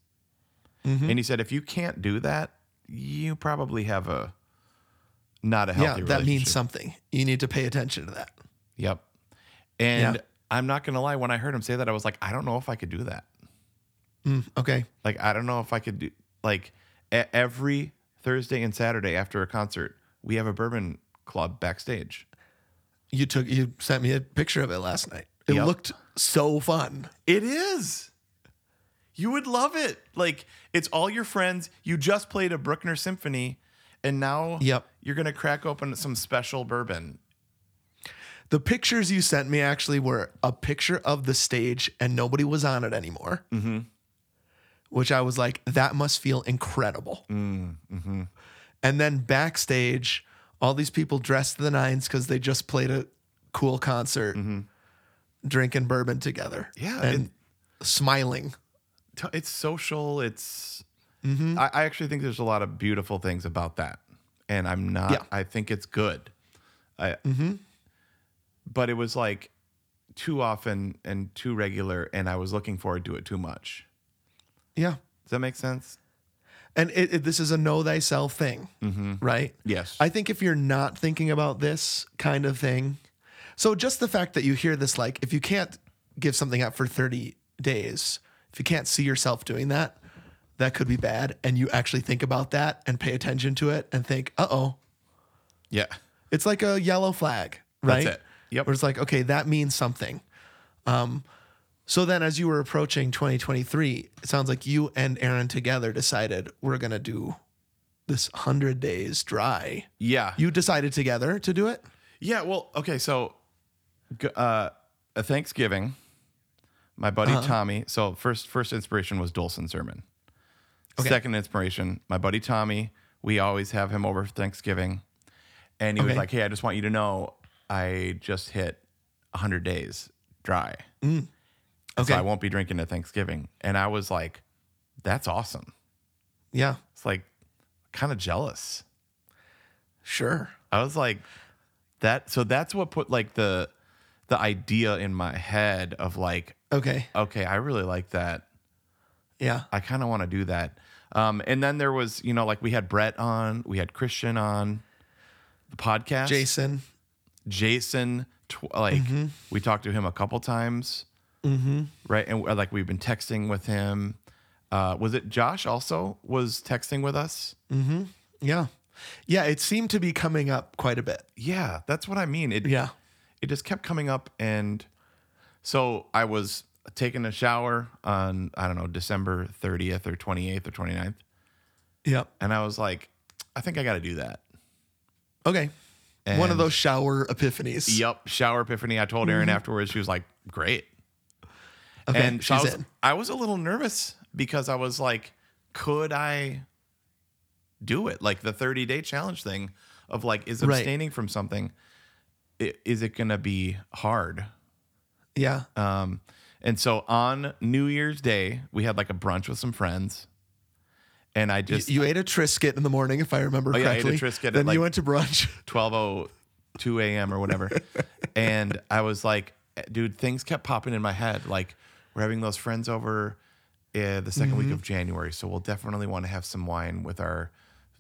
Mm-hmm. and he said if you can't do that you probably have a not a Yeah. healthy That means relationship. something. You need to pay attention to that. yep and Yeah. i'm not gonna lie when i heard him say that i was like i don't know if i could do that Okay. Like I don't know if I could do like e- every Thursday and Saturday after a concert, we have a bourbon club backstage. You took you sent me a picture of it last night. It Yep. looked so fun. It is. You would love it. Like it's all your friends. You just played a Bruckner symphony, and now Yep. you're gonna crack open some special bourbon. The pictures you sent me actually were a picture of the stage and nobody was on it anymore. Mm-hmm. Which I was like, that must feel incredible. Mm-hmm. And then backstage, all these people dressed to the nines because they just played a cool concert, drinking bourbon together. Mm-hmm. Yeah, And smiling. T- It's social. It's. I, I actually think there's a lot of beautiful things about that, and I'm not. Yeah. I think it's good. I. But it was like too often and too regular, and I was looking forward to it too much. Yeah. Does that make sense? And it, it- this is a know thyself thing, right? Yes. I think if you're not thinking about this kind of thing, so just the fact that you hear this, like, if you can't give something up for 30 days, if you can't see yourself doing that, that could be bad. And you actually think about that and pay attention to it and think, uh oh, Yeah. it's like a yellow flag, right? it. Yep. Where it's like, okay, that means something. Um, so then, as you were approaching 2023, it sounds like you and Aaron together decided we're gonna do this hundred days dry. Yeah. You decided together to do it. Yeah, well, okay, so g- uh uh, Thanksgiving, my buddy Uh-huh. Tommy. So first first inspiration was Dolson Sermon. Okay. Second inspiration, my buddy Tommy. We always have him over for Thanksgiving. And he was Okay. like, "Hey, I just want you to know I just hit 100 days dry." Mm. Okay. So I won't be drinking at Thanksgiving. And I was like, "That's awesome." yeah. It's like kind of jealous. Sure. I was like, that. So that's what put like the the idea in my head of like, Okay. okay, I really like that. Yeah. I kind of want to do that. Um, and then there was, you know, like we had Brett on, we had Christian on the podcast. Jason. Jason, tw- like we talked to him a couple times, mm-hmm. right? And uh, like we've been texting with him. Uh, was it Josh also was texting with us? Yeah. Yeah. It seemed to be coming up quite a bit. Yeah, that's what I mean. It, Yeah. it just kept coming up and so i was taking a shower on i don't know december 30th or 28th or 29th Yep. and i was like i think i got to do that Okay. One of And- those shower epiphanies. yep shower epiphany i told erin afterwards she was like great Okay. and so I, she's was, in. I was a little nervous because i was like could i do it like the 30 day challenge thing of like is Right. abstaining from something i- is it gonna be hard Yeah. Um, and so on New Year's Day, we had like a brunch with some friends, and I just Oh, you ate a Trisket in the morning, if I remember yeah, I ate a correctly. Triscuit at, Then like- you went to brunch. twelve oh two a.m. or whatever, and I was like, dude, things kept popping in my head. Like we're having those friends over uh, the 2nd Mm-hmm. week of January, so we'll definitely want to have some wine with our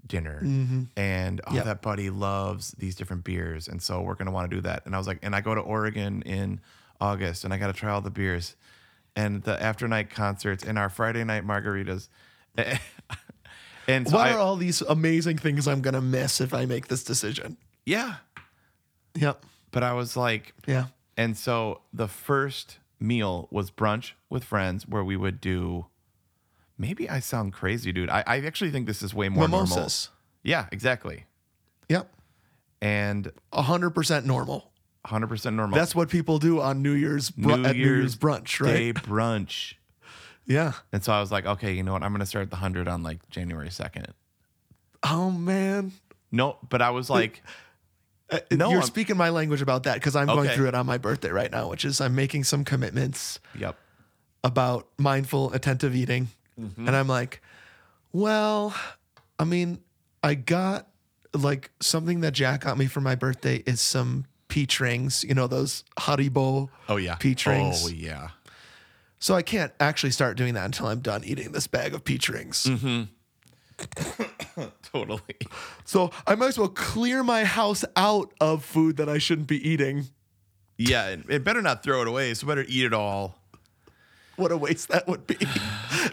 dinner. And oh, Mm-hmm. Yep. that buddy loves these different beers, and so we're gonna want to do that. And I was like, and I go to Oregon in August, and I got to try all the beers. And the after night concerts and our Friday night margaritas, and so what I- are all these amazing things I'm gonna miss if I make this decision? yeah. Yep. But I was like, Yeah. And so the first meal was brunch with friends where we would do maybe I sound crazy, dude. I, I actually think this is way more normal. Mimosas. Yeah, exactly. Yep. And hundred percent normal. 100% normal. That's what people do on New Year's br- at New Year's brunch, right? Day brunch. Yeah. And so I was like, okay, you know what? I'm going to start the 100 on like January 2nd. Oh man. Uh, No, but I was like, no, You're I'm- speaking my language about that because I'm going Okay. through it on my birthday right now, which is I'm making some commitments yep. about mindful, attentive eating. Mm-hmm. And I'm like, well, I mean, I got like something that Jack got me for my birthday is some peach rings, you know, those Haribo Oh, yeah. peach rings. Oh, yeah. So I can't actually start doing that until I'm done eating this bag of peach rings. Mm-hmm. Totally. So I might as well clear my house out of food that I shouldn't be eating. Yeah. It, it better not throw it away. So better eat it all. What a waste that would be.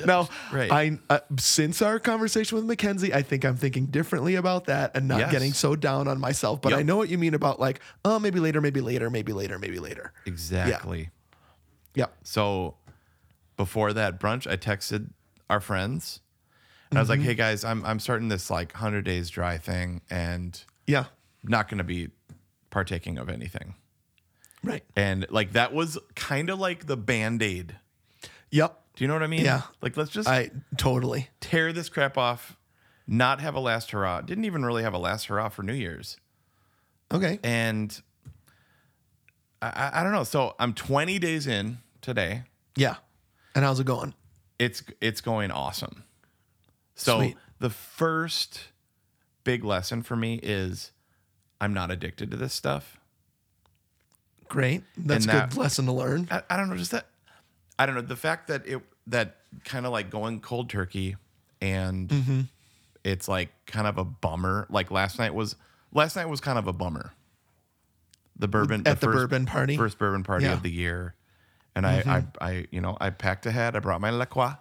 Now, Right. I uh, since our conversation with Mackenzie, I think I'm thinking differently about that and not Yes. getting so down on myself. But I Yep. know what you mean about like, oh, maybe later, maybe later, maybe later, maybe later. Exactly. Yep. So before that brunch, I texted our friends and I was like, Mm-hmm. hey guys, I'm I'm starting this like hundred days dry thing and Yeah. not gonna be partaking of anything. Right. And like that was kind of like the band-aid. Yep. Do you know what I mean? Yeah. Like let's just I totally. tear this crap off, not have a last hurrah. Didn't even really have a last hurrah for New Year's. Okay. And I, I, I don't know. So I'm 20 days in today. Yeah. And how's it going? It's it's going awesome. So Sweet. the first big lesson for me is I'm not addicted to this stuff. Great. That's a And good that- lesson to learn. I, I don't know, just that I don't know, the fact that it that kind of like going cold turkey and Mm-hmm. it's like kind of a bummer. Like last night was last night was kind of a bummer. The bourbon At the bourbon party? First bourbon party Yeah. Mm-hmm. of the year. And I, I I you know, I packed ahead. I brought my La Croix.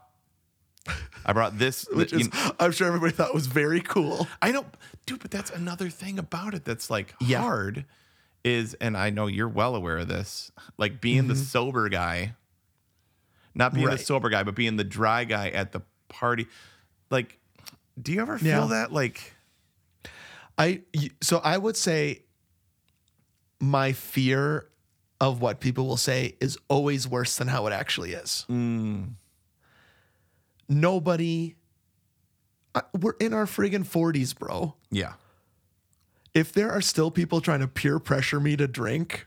I brought this Which you is, know- I'm sure everybody thought was very cool. I don't, dude. But that's another thing about it that's like Yeah. hard is, and I know you're well aware of this, like being the sober guy, not being Right. the sober guy, but being the dry guy at the party. Like, do you ever feel Yeah. that? Like, I y- so I would say my fear of what people will say is always worse than how it actually is. Nobody I- we're in our friggin' 40s, bro. yeah, If there are still people trying to peer pressure me to drink,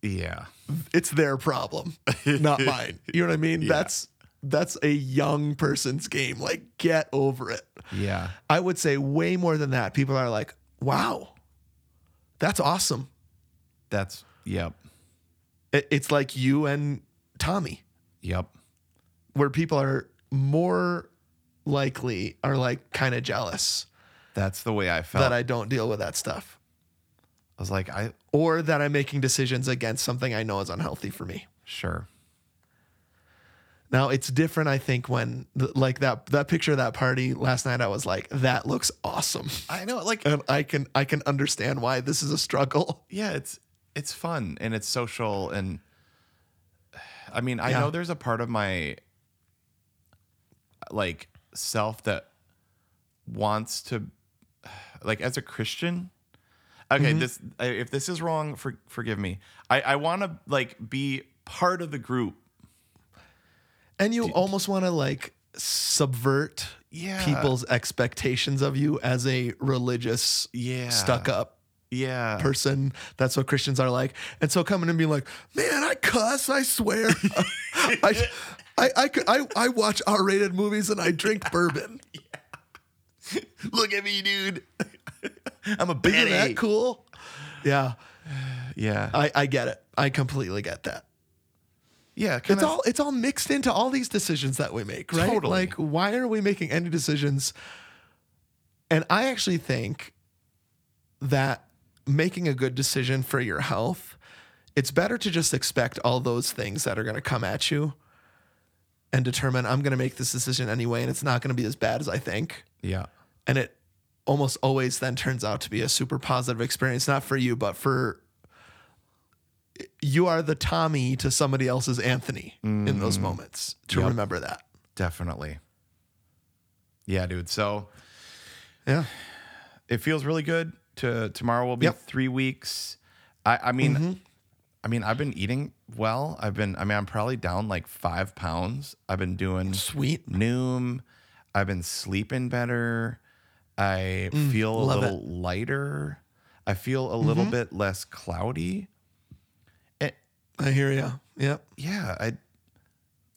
yeah, it's their problem, not mine. You know what I mean? That's that's a young person's game. Like get over it. yeah, I would say way more than that. People are like, "Wow. That's awesome." that's yep, it- it's like you and Tommy, yep, where people are more likely are like kind of jealous that's the way I felt. that I, I don't deal with that stuff was like, I or that I'm making decisions against something I know is unhealthy for me. sure, Now it's different, I think, when th- like that that picture of that party last night, I was like, that looks awesome, I know, like, and I can I can understand why this is a struggle. yeah, it's it's fun and it's social and I mean, I Yeah. know there's a part of my like self that wants to like as a Christian. Okay, Mm-hmm. this I- if this is wrong, for, forgive me. I I want to like be part of the group. And you almost want to like subvert Yeah. people's expectations of you as a religious, Yeah. stuck up Yeah. person. That's what Christians are like. And so coming and being like, man, I cuss, I swear. I, I, I, could, I, I watch R rated movies and I drink bourbon. Look at me, dude. I'm a Isn't bad that Uh, cool? Yeah, Yeah. I, I get it. I completely get that. yeah, It's kinda, all it's all mixed into all these decisions that we make, right? Totally. Like, why are we making any decisions? And I actually think that making a good decision for your health, it's better to just expect all those things that are going to come at you and determine I'm going to make this decision anyway and it's not going to be as bad as I think. yeah. And it almost always then turns out to be a super positive experience not for you but for you are the Tommy to somebody else's Anthony in those moments to Yep. remember that. Definitely. Yeah, dude. So, Yeah. it feels really good. To tomorrow will be Yep. Mm-hmm. three weeks. I, I mean, I mean, I've been eating well. I've been, I mean, I'm probably down like five pounds. I've been doing Sweet. Noom. I've been sleeping better. I feel a Mm, love Mm-hmm. little lighter. I feel a little bit less cloudy. It, I hear you. Yep. yeah, I,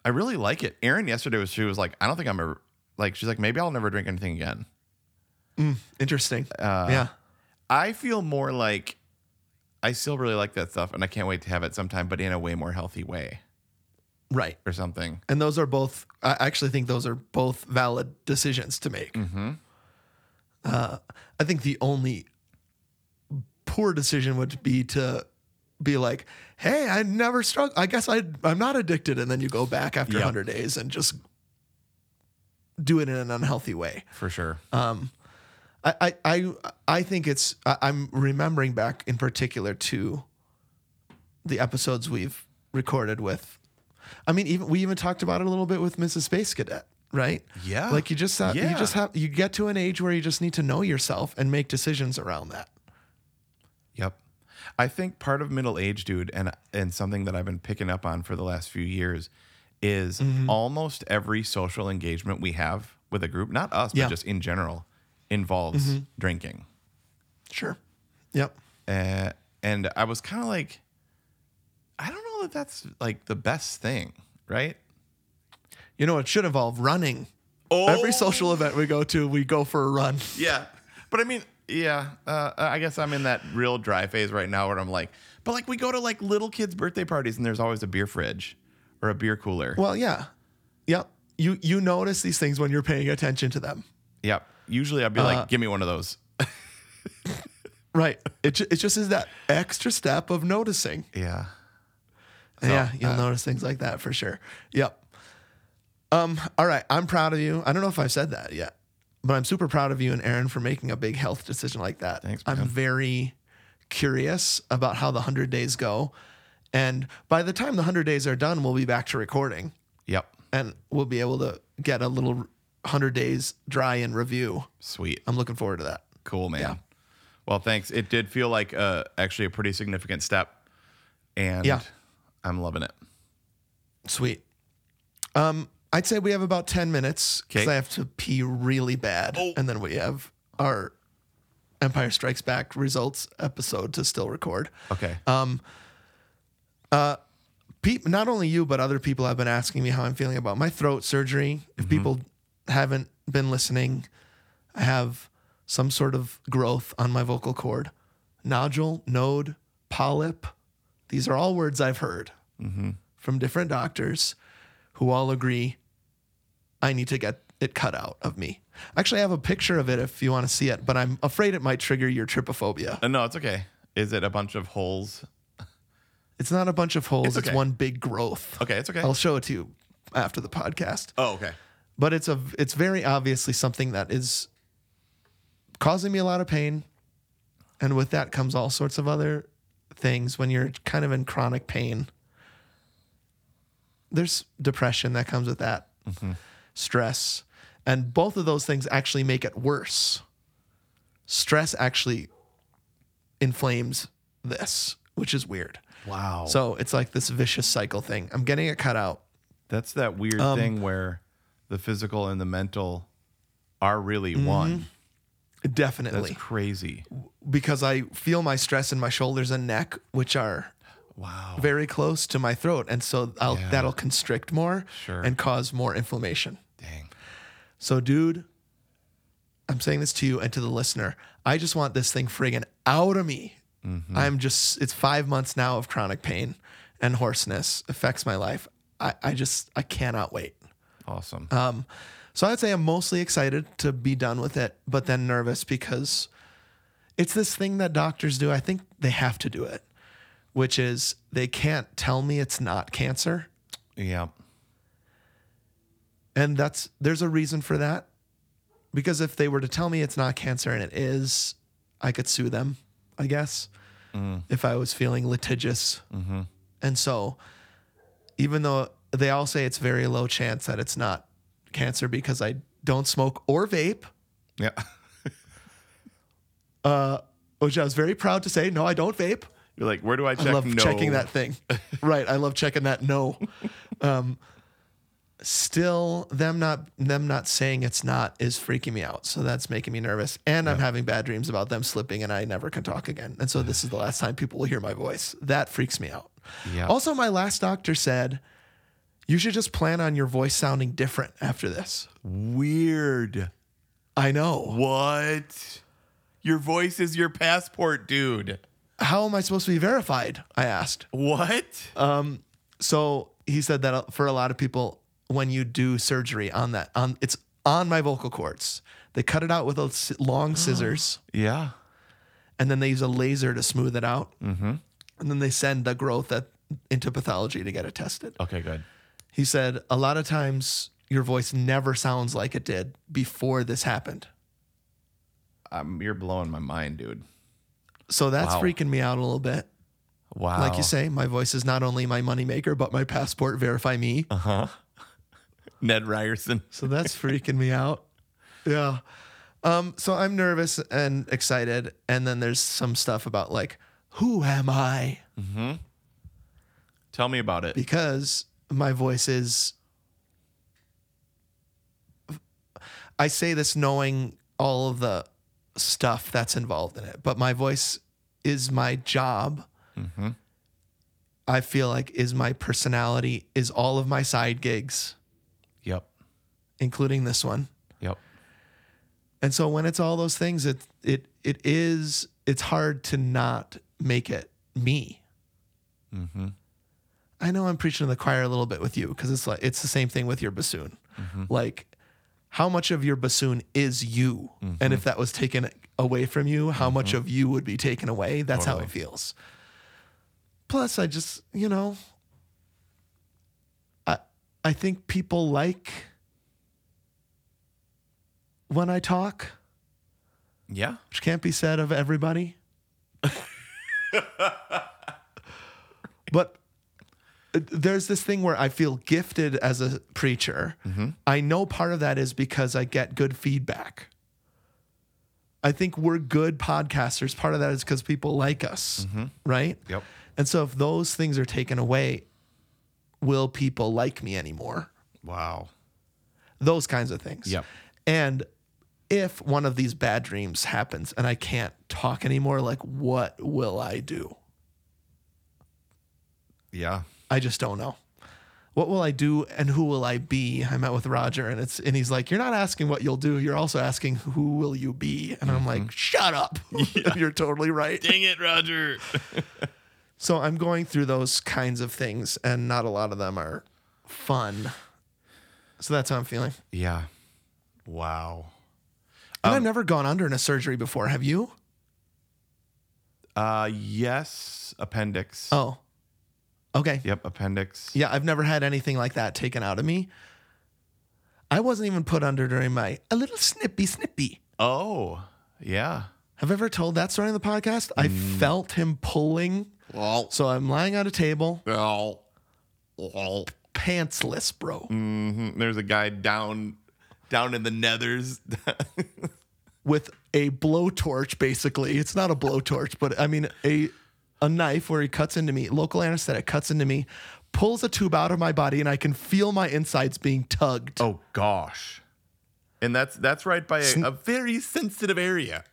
I really like it. Erin yesterday was she was like, I don't think I'm ever like she's like maybe I'll never drink anything again. Interesting. yeah. I feel more like I still really like that stuff and I can't wait to have it sometime, but in a way more healthy way Right. or something. And those are both, I actually think those are both valid decisions to make. Uh, I think the only poor decision would be to be like, hey, I never struggled. I guess I, I'm not addicted. And then you go back after Yep. 100 days and just do it in an unhealthy way. for sure. I I I, I think it's I, I'm remembering back in particular to the episodes we've recorded with. I mean, even we even talked about it a little bit with Mrs. Space Cadet, right? Yeah. Like you just have, you Yeah. just have you get to an age where you just need to know yourself and make decisions around that. Yep. I think part of middle age, dude, and and something that I've been picking up on for the last few years is almost every social engagement we have with a group, not us, Yeah. but just in general, involves drinking. Sure. Yep. Uh, and I was kind of like, I don't know that that's like the best thing, right? You know, it should involve running. Every social event we go to, we go for a run. Yeah. But I mean, yeah, uh, I guess I'm in that real dry phase right now where I'm like, but like we go to like little kids' birthday parties and there's always a beer fridge or a beer cooler. Well, yeah. Yep. You you notice these things when you're paying attention to them. Yep. Usually I'd be Uh-huh. like, give me one of those. Right. It, ju- it just is that extra step of noticing. uh, Yeah. yeah, you'll notice things like that for sure. Yep. Um, all right. I'm proud of you. I don't know if I've said that yet, but I'm super proud of you and Aaron for making a big health decision like that. Thanks, I'm man. very curious about how the 100 days go. And by the time the 100 days are done, we'll be back to recording Yep. and we'll be able to get a little 100 days dry in review. Sweet. I'm looking forward to that. Cool, man. Well, thanks. It did feel like uh, actually a pretty significant step. And Yeah. I'm loving it. Sweet. Um, I'd say we have about 10 minutes because 'Kay. I have to pee really bad. And then we have our Empire Strikes Back results episode to still record. Okay. Uh, Pe- not only you, but other people have been asking me how I'm feeling about my throat surgery. If Mm-hmm. people haven't been listening, I have some sort of growth on my vocal cord nodule, node, polyp. These are all words I've heard Mm-hmm. from different doctors who all agree I need to get it cut out of me. Actually, I have a picture of it if you want to see it, but I'm afraid it might trigger your trypophobia. Uh, no, it's okay. Is it a bunch of holes? It's not a bunch of holes, It's it's, okay. one big growth. Okay. It's okay. I'll show it to you after the podcast. oh, okay. but it's a it's very obviously something that is causing me a lot of pain and with that comes all sorts of other things when you're kind of in chronic pain there's depression that comes with that stress and both of those things actually make it worse stress actually inflames this which is weird Wow. so it's like this vicious cycle thing i'm getting it cut out That's that weird um, thing where the physical and the mental are really Mm-hmm. one. definitely That's crazy. because I feel my stress in my shoulders and neck, which are Wow. very close to my throat, and so I'll, Yeah. that'll constrict more Sure. and cause more inflammation. Dang. So, dude, I'm saying this to you and to the listener. I just want this thing friggin' out of me. Mm-hmm. I'm just, it's five months now of chronic pain and hoarseness affects my life. I, I just, I cannot wait. Awesome. Uh, So I'd say I'm mostly excited to be done with it, but then nervous because it's this thing that doctors do. I think they have to do it, which is they can't tell me it's not cancer. yeah. And that's there's a reason for that. Because if they were to tell me it's not cancer and it is, I could sue them, I guess, if I was feeling litigious. And so, even though they all say it's very low chance that it's not cancer because I don't smoke or vape, Yeah. which I was very proud to say, no, I don't vape. You're like, where do I check? I love no. checking that thing. right. I love checking that no. Um, still them not them not saying it's not is freaking me out. So that's making me nervous. And I'm having bad dreams about them slipping and I never can talk again. And so this is the last time people will hear my voice. That freaks me out. Yeah. Also, my last doctor said you should just plan on your voice sounding different after this. Weird. I know. What? Your voice is your passport, dude. How am I supposed to be verified? I asked. What? Uh, so he said that uh, for a lot of people when you do surgery on that on it's on my vocal cords they cut it out with a s- Oh. long scissors yeah. and then they use a laser to smooth it out mm-hmm. and then they send the growth at, into pathology to get it tested Okay, good. he said a lot of times your voice never sounds like it did before this happened. Um, you're blowing my mind, dude. So that's Wow. freaking me out a little bit. Wow. Like you say, my voice is not only my moneymaker, but my passport verify me. Ned Ryerson. So that's freaking me out. Yeah. Um, so I'm nervous and excited. And then there's some stuff about like, who am I? Tell me about it. Because my voice is. I say this knowing all of the stuff that's involved in it, but my voice is my job. I feel like is my personality, is all of my side gigs, Yep. including this one. Yep. And so when it's all those things, it it it is it's hard to not make it me. I know I'm preaching to the choir a little bit with you because it's like it's the same thing with your bassoon. Like, how much of your bassoon is you? And if that was taken away from you, how much of you would be taken away? That's how Totally. it feels. Plus, I just you know, I I think people like when I talk Yeah. which can't be said of everybody. but uh, there's this thing where I feel gifted as a preacher. I know part of that is because I get good feedback. I think we're good podcasters. Part of that is because people like us, right? Yep. And so if those things are taken away, will people like me anymore? Wow. those kinds of things. Yep. And if one of these bad dreams happens and I can't talk anymore, like what will I do? Yeah. I just don't know. What will I do and who will I be? I met with Roger and it's and he's like, You're not asking what you'll do, you're also asking who will you be? And I'm like, Shut up. you're totally right. Mm-hmm. Dang it, Roger. So I'm going through those kinds of things and not a lot of them are fun. So that's how I'm feeling. yeah. Wow. And Um, I've never gone under in a surgery before, have you? Uh, yes, appendix. Oh. Okay. Yep, appendix. Yeah, I've never had anything like that taken out of me. I wasn't even put under during my a little snippy snippy. Oh, yeah. Have I ever told that story on the podcast? I felt him pulling. So I'm lying on a table, pantsless, bro, There's a guy down, down in the nethers. with a blowtorch. Basically, it's not a blowtorch, but I mean a a knife where he cuts into me. Local anesthetic cuts into me, pulls a tube out of my body, and I can feel my insides being tugged. oh gosh. And that's that's right by a, a very sensitive area.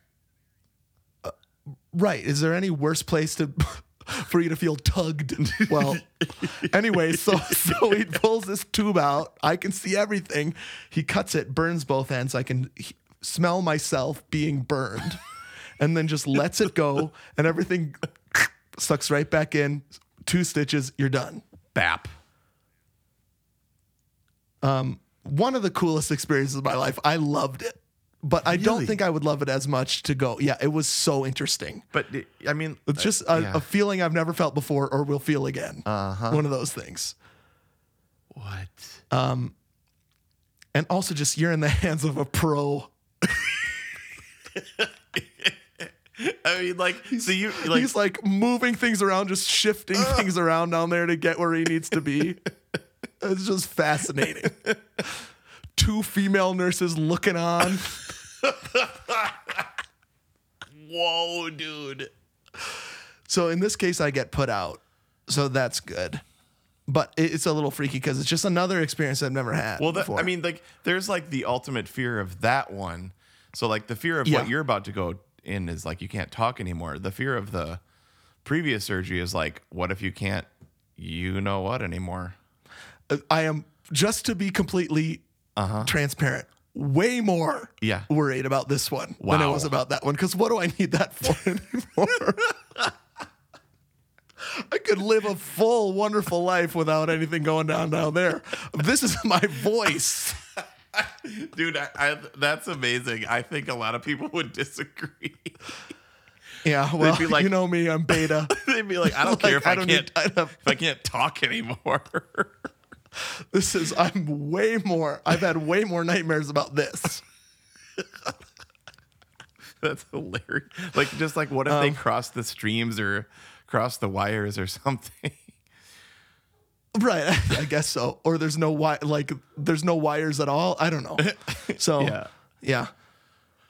Right. Is there any worse place to for you to feel tugged? Well, anyway, so so he pulls this tube out. I can see everything. He cuts it, burns both ends. I can he- smell myself being burned. And then just lets it go and everything sucks right back in. Two stitches, you're done. Bap. One of the coolest experiences of my life. I loved it. But I don't Really? think I would love it as much to go. Yeah, it was so interesting. But it- I mean, It's just a, a feeling I've never felt before or will feel again. Uh-huh. One of those things. what? And also just you're in the hands of a pro. I mean, like, so you like, He's like moving things around, just shifting things around down there to get where he needs to be. it's just fascinating. Two female nurses looking on. whoa, dude. So in this case, I get put out. So that's good. But it- it's a little freaky because it's just another experience I've never had. Well, that, before. I mean, like, there's like the ultimate fear of that one. So, like, the fear of Yeah. what you're about to go in is like you can't talk anymore. The fear of the previous surgery is like, what if you can't, you know what anymore? I am just to be completely transparent. Way more Yeah. worried about this one than I Wow. was about that one. Because what do I need that for anymore? I could live a full, wonderful life without anything going down down there. This is my voice. Dude, I, I, that's amazing. I think a lot of people would disagree. Yeah, well, be like- you know me, I'm beta. They'd be like, I don't Like, care if I I, don't can't, need- I don't- if I can't talk anymore. This is I'm way more. I've had way more nightmares about this. That's hilarious. Like, just like, what if they cross the streams or cross the wires or something? Right, I guess so. Or there's no wi- like there's no wires at all. I don't know. So Yeah. yeah.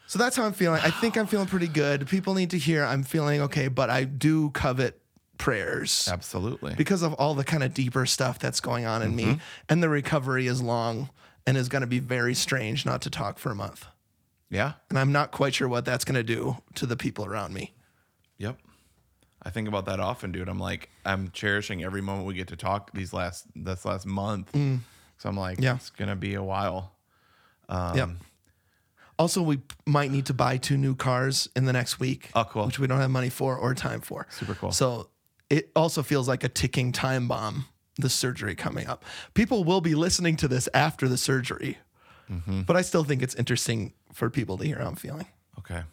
So that's how I'm feeling. I think I'm feeling pretty good. People need to hear I'm feeling okay, but I do covet prayers Absolutely. because of all the kind of deeper stuff that's going on in me. And the recovery is long and is going to be very strange not to talk for a month. yeah. And I'm not quite sure what that's going to do to the people around me. Yep. I think about that often, dude. I'm like, I'm cherishing every moment we get to talk these last this last month. So I'm like, Mm. Yeah. it's gonna be a while. yeah. Um, Also, we might need to buy two new cars in the next week. Oh, cool. Which we don't have money for or time for. Super cool. So it also feels like a ticking time bomb, the surgery coming up. People will be listening to this after the surgery, Mm-hmm. but I still think it's interesting for people to hear how I'm feeling. Okay.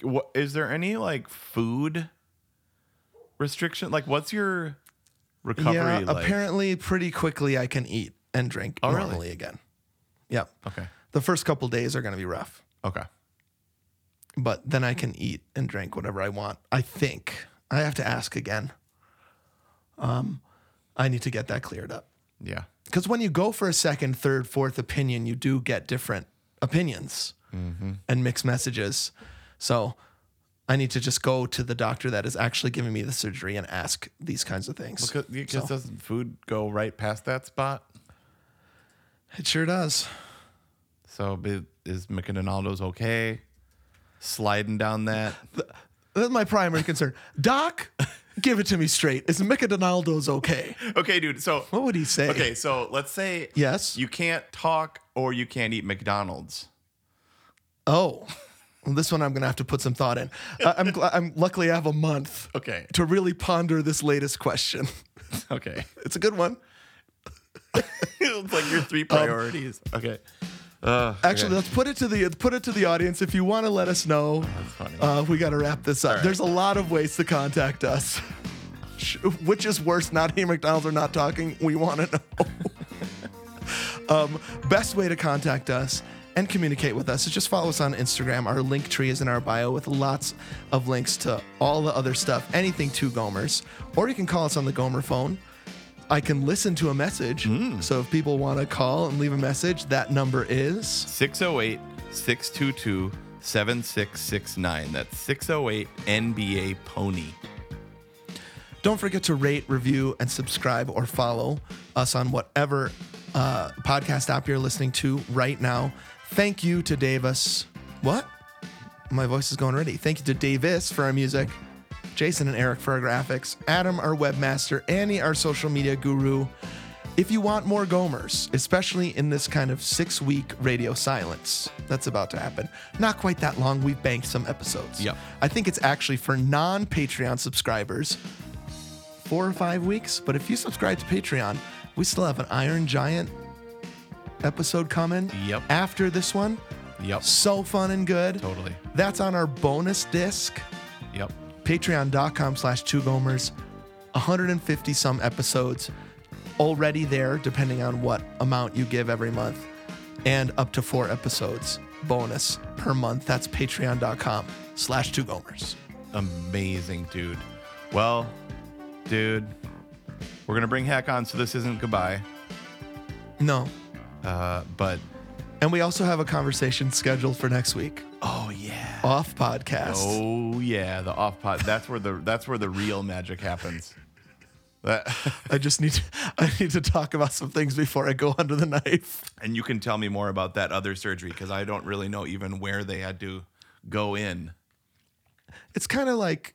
What is there any like food restriction? Like, what's your recovery? yeah, like? apparently, pretty quickly I can eat and drink Oh, really? normally again. Yeah. Okay. The first couple days are going to be rough. Okay. but then I can eat and drink whatever I want. I think I have to ask again. Um, I need to get that cleared up Yeah. because when you go for a second, third, fourth opinion, you do get different opinions Mm-hmm. and mixed messages. So I need to just go to the doctor that is actually giving me the surgery and ask these kinds of things. Because doesn't food go right past that spot? It sure does. So be- is McDonald's okay? Sliding down that. That's my primary concern. Doc, give it to me straight. Is Donaldo's okay? Okay, dude. So What would he say? Okay, so let's say Yes. you can't talk or you can't eat McDonald's. Oh, well, this one I'm gonna have to put some thought in. I- I'm, gl- I'm luckily I have a month Okay. to really ponder this latest question. Okay. It's a good one. it's like your three priorities. Um, okay. Actually, let's put it to the put it to the audience if you want to let us know. That's funny. Uh, we got to wrap this up. right. There's a lot of ways to contact us. Sh- Which is worse, not eating McDonald's or not talking? We want to know. um, best way to contact us and communicate with us is just follow us on Instagram. Our link tree is in our bio with lots of links to all the other stuff, anything to Gomers. Or you can call us on the Gomer phone. I can listen to a message. Mm. So if people want to call and leave a message, that number is 608 622 7669. That's 608 NBA Pony. Don't forget to rate, review, and subscribe or follow us on whatever uh, podcast app you're listening to right now. Thank you to Davis. What? My voice is going ready. Thank you to Davis for our music, Jason and Eric for our graphics, Adam, our webmaster, Annie, our social media guru. If you want more Gomers, especially in this kind of six week radio silence that's about to happen, not quite that long, we've banked some episodes. Yep. I think it's actually for non Patreon subscribers, four or five weeks. But if you subscribe to Patreon, we still have an Iron Giant episode coming Yep. after this one. Yep. So fun and good. Totally. That's on our bonus disc, Yep. patreon.com slash two gomers. 150 some episodes already there, depending on what amount you give every month, and up to four episodes bonus per month. That's patreon.com slash two gomers. Amazing, dude. Well, dude, we're going to bring Hack on, so this isn't goodbye. No. Uh, but, And we also have a conversation scheduled for next week oh, yeah. off podcast. Oh yeah, the off pot. That's where the that's where the real magic happens. That, I just need to, I need to talk about some things before I go under the knife. and you can tell me more about that other surgery because I don't really know even where they had to go in. It's kind of like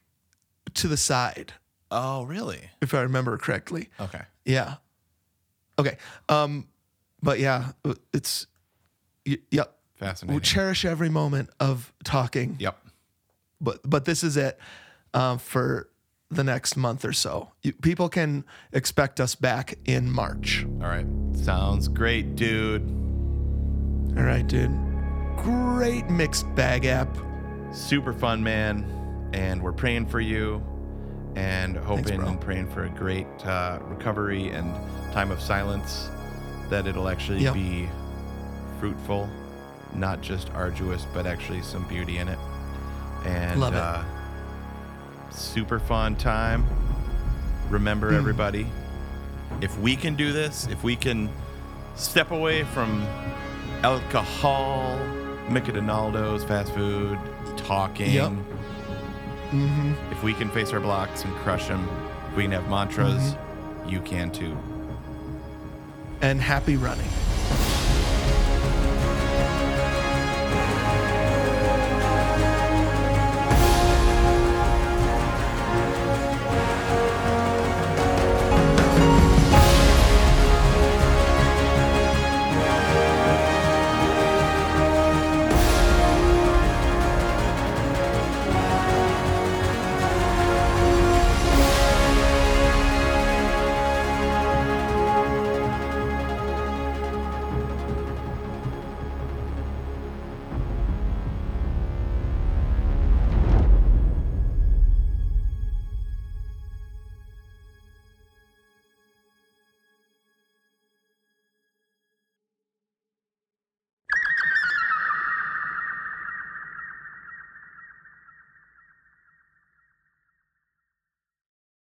to the side, Oh really? if I remember correctly. Okay. Yeah. Okay. Um, but yeah, it's y- yep. We Fascinating. cherish every moment of talking. yep. but but this is it uh, for the next month or so. You, people can expect us back in March. All right. Sounds great, dude. All right, dude. Great mixed bag app. Super fun, man. And we're praying for you, and hoping bro. and praying for a great uh, recovery and time of silence. that it'll actually Yep. be fruitful, not just arduous, but actually some beauty in it. And Love it. Uh, super fun time. Remember, Hmm. everybody, if we can do this, if we can step away from alcohol, Mickey Donaldo's, fast food, talking. Mm-hmm. Yep. If we can face our blocks and crush them, if we can have mantras, you can too. and happy running.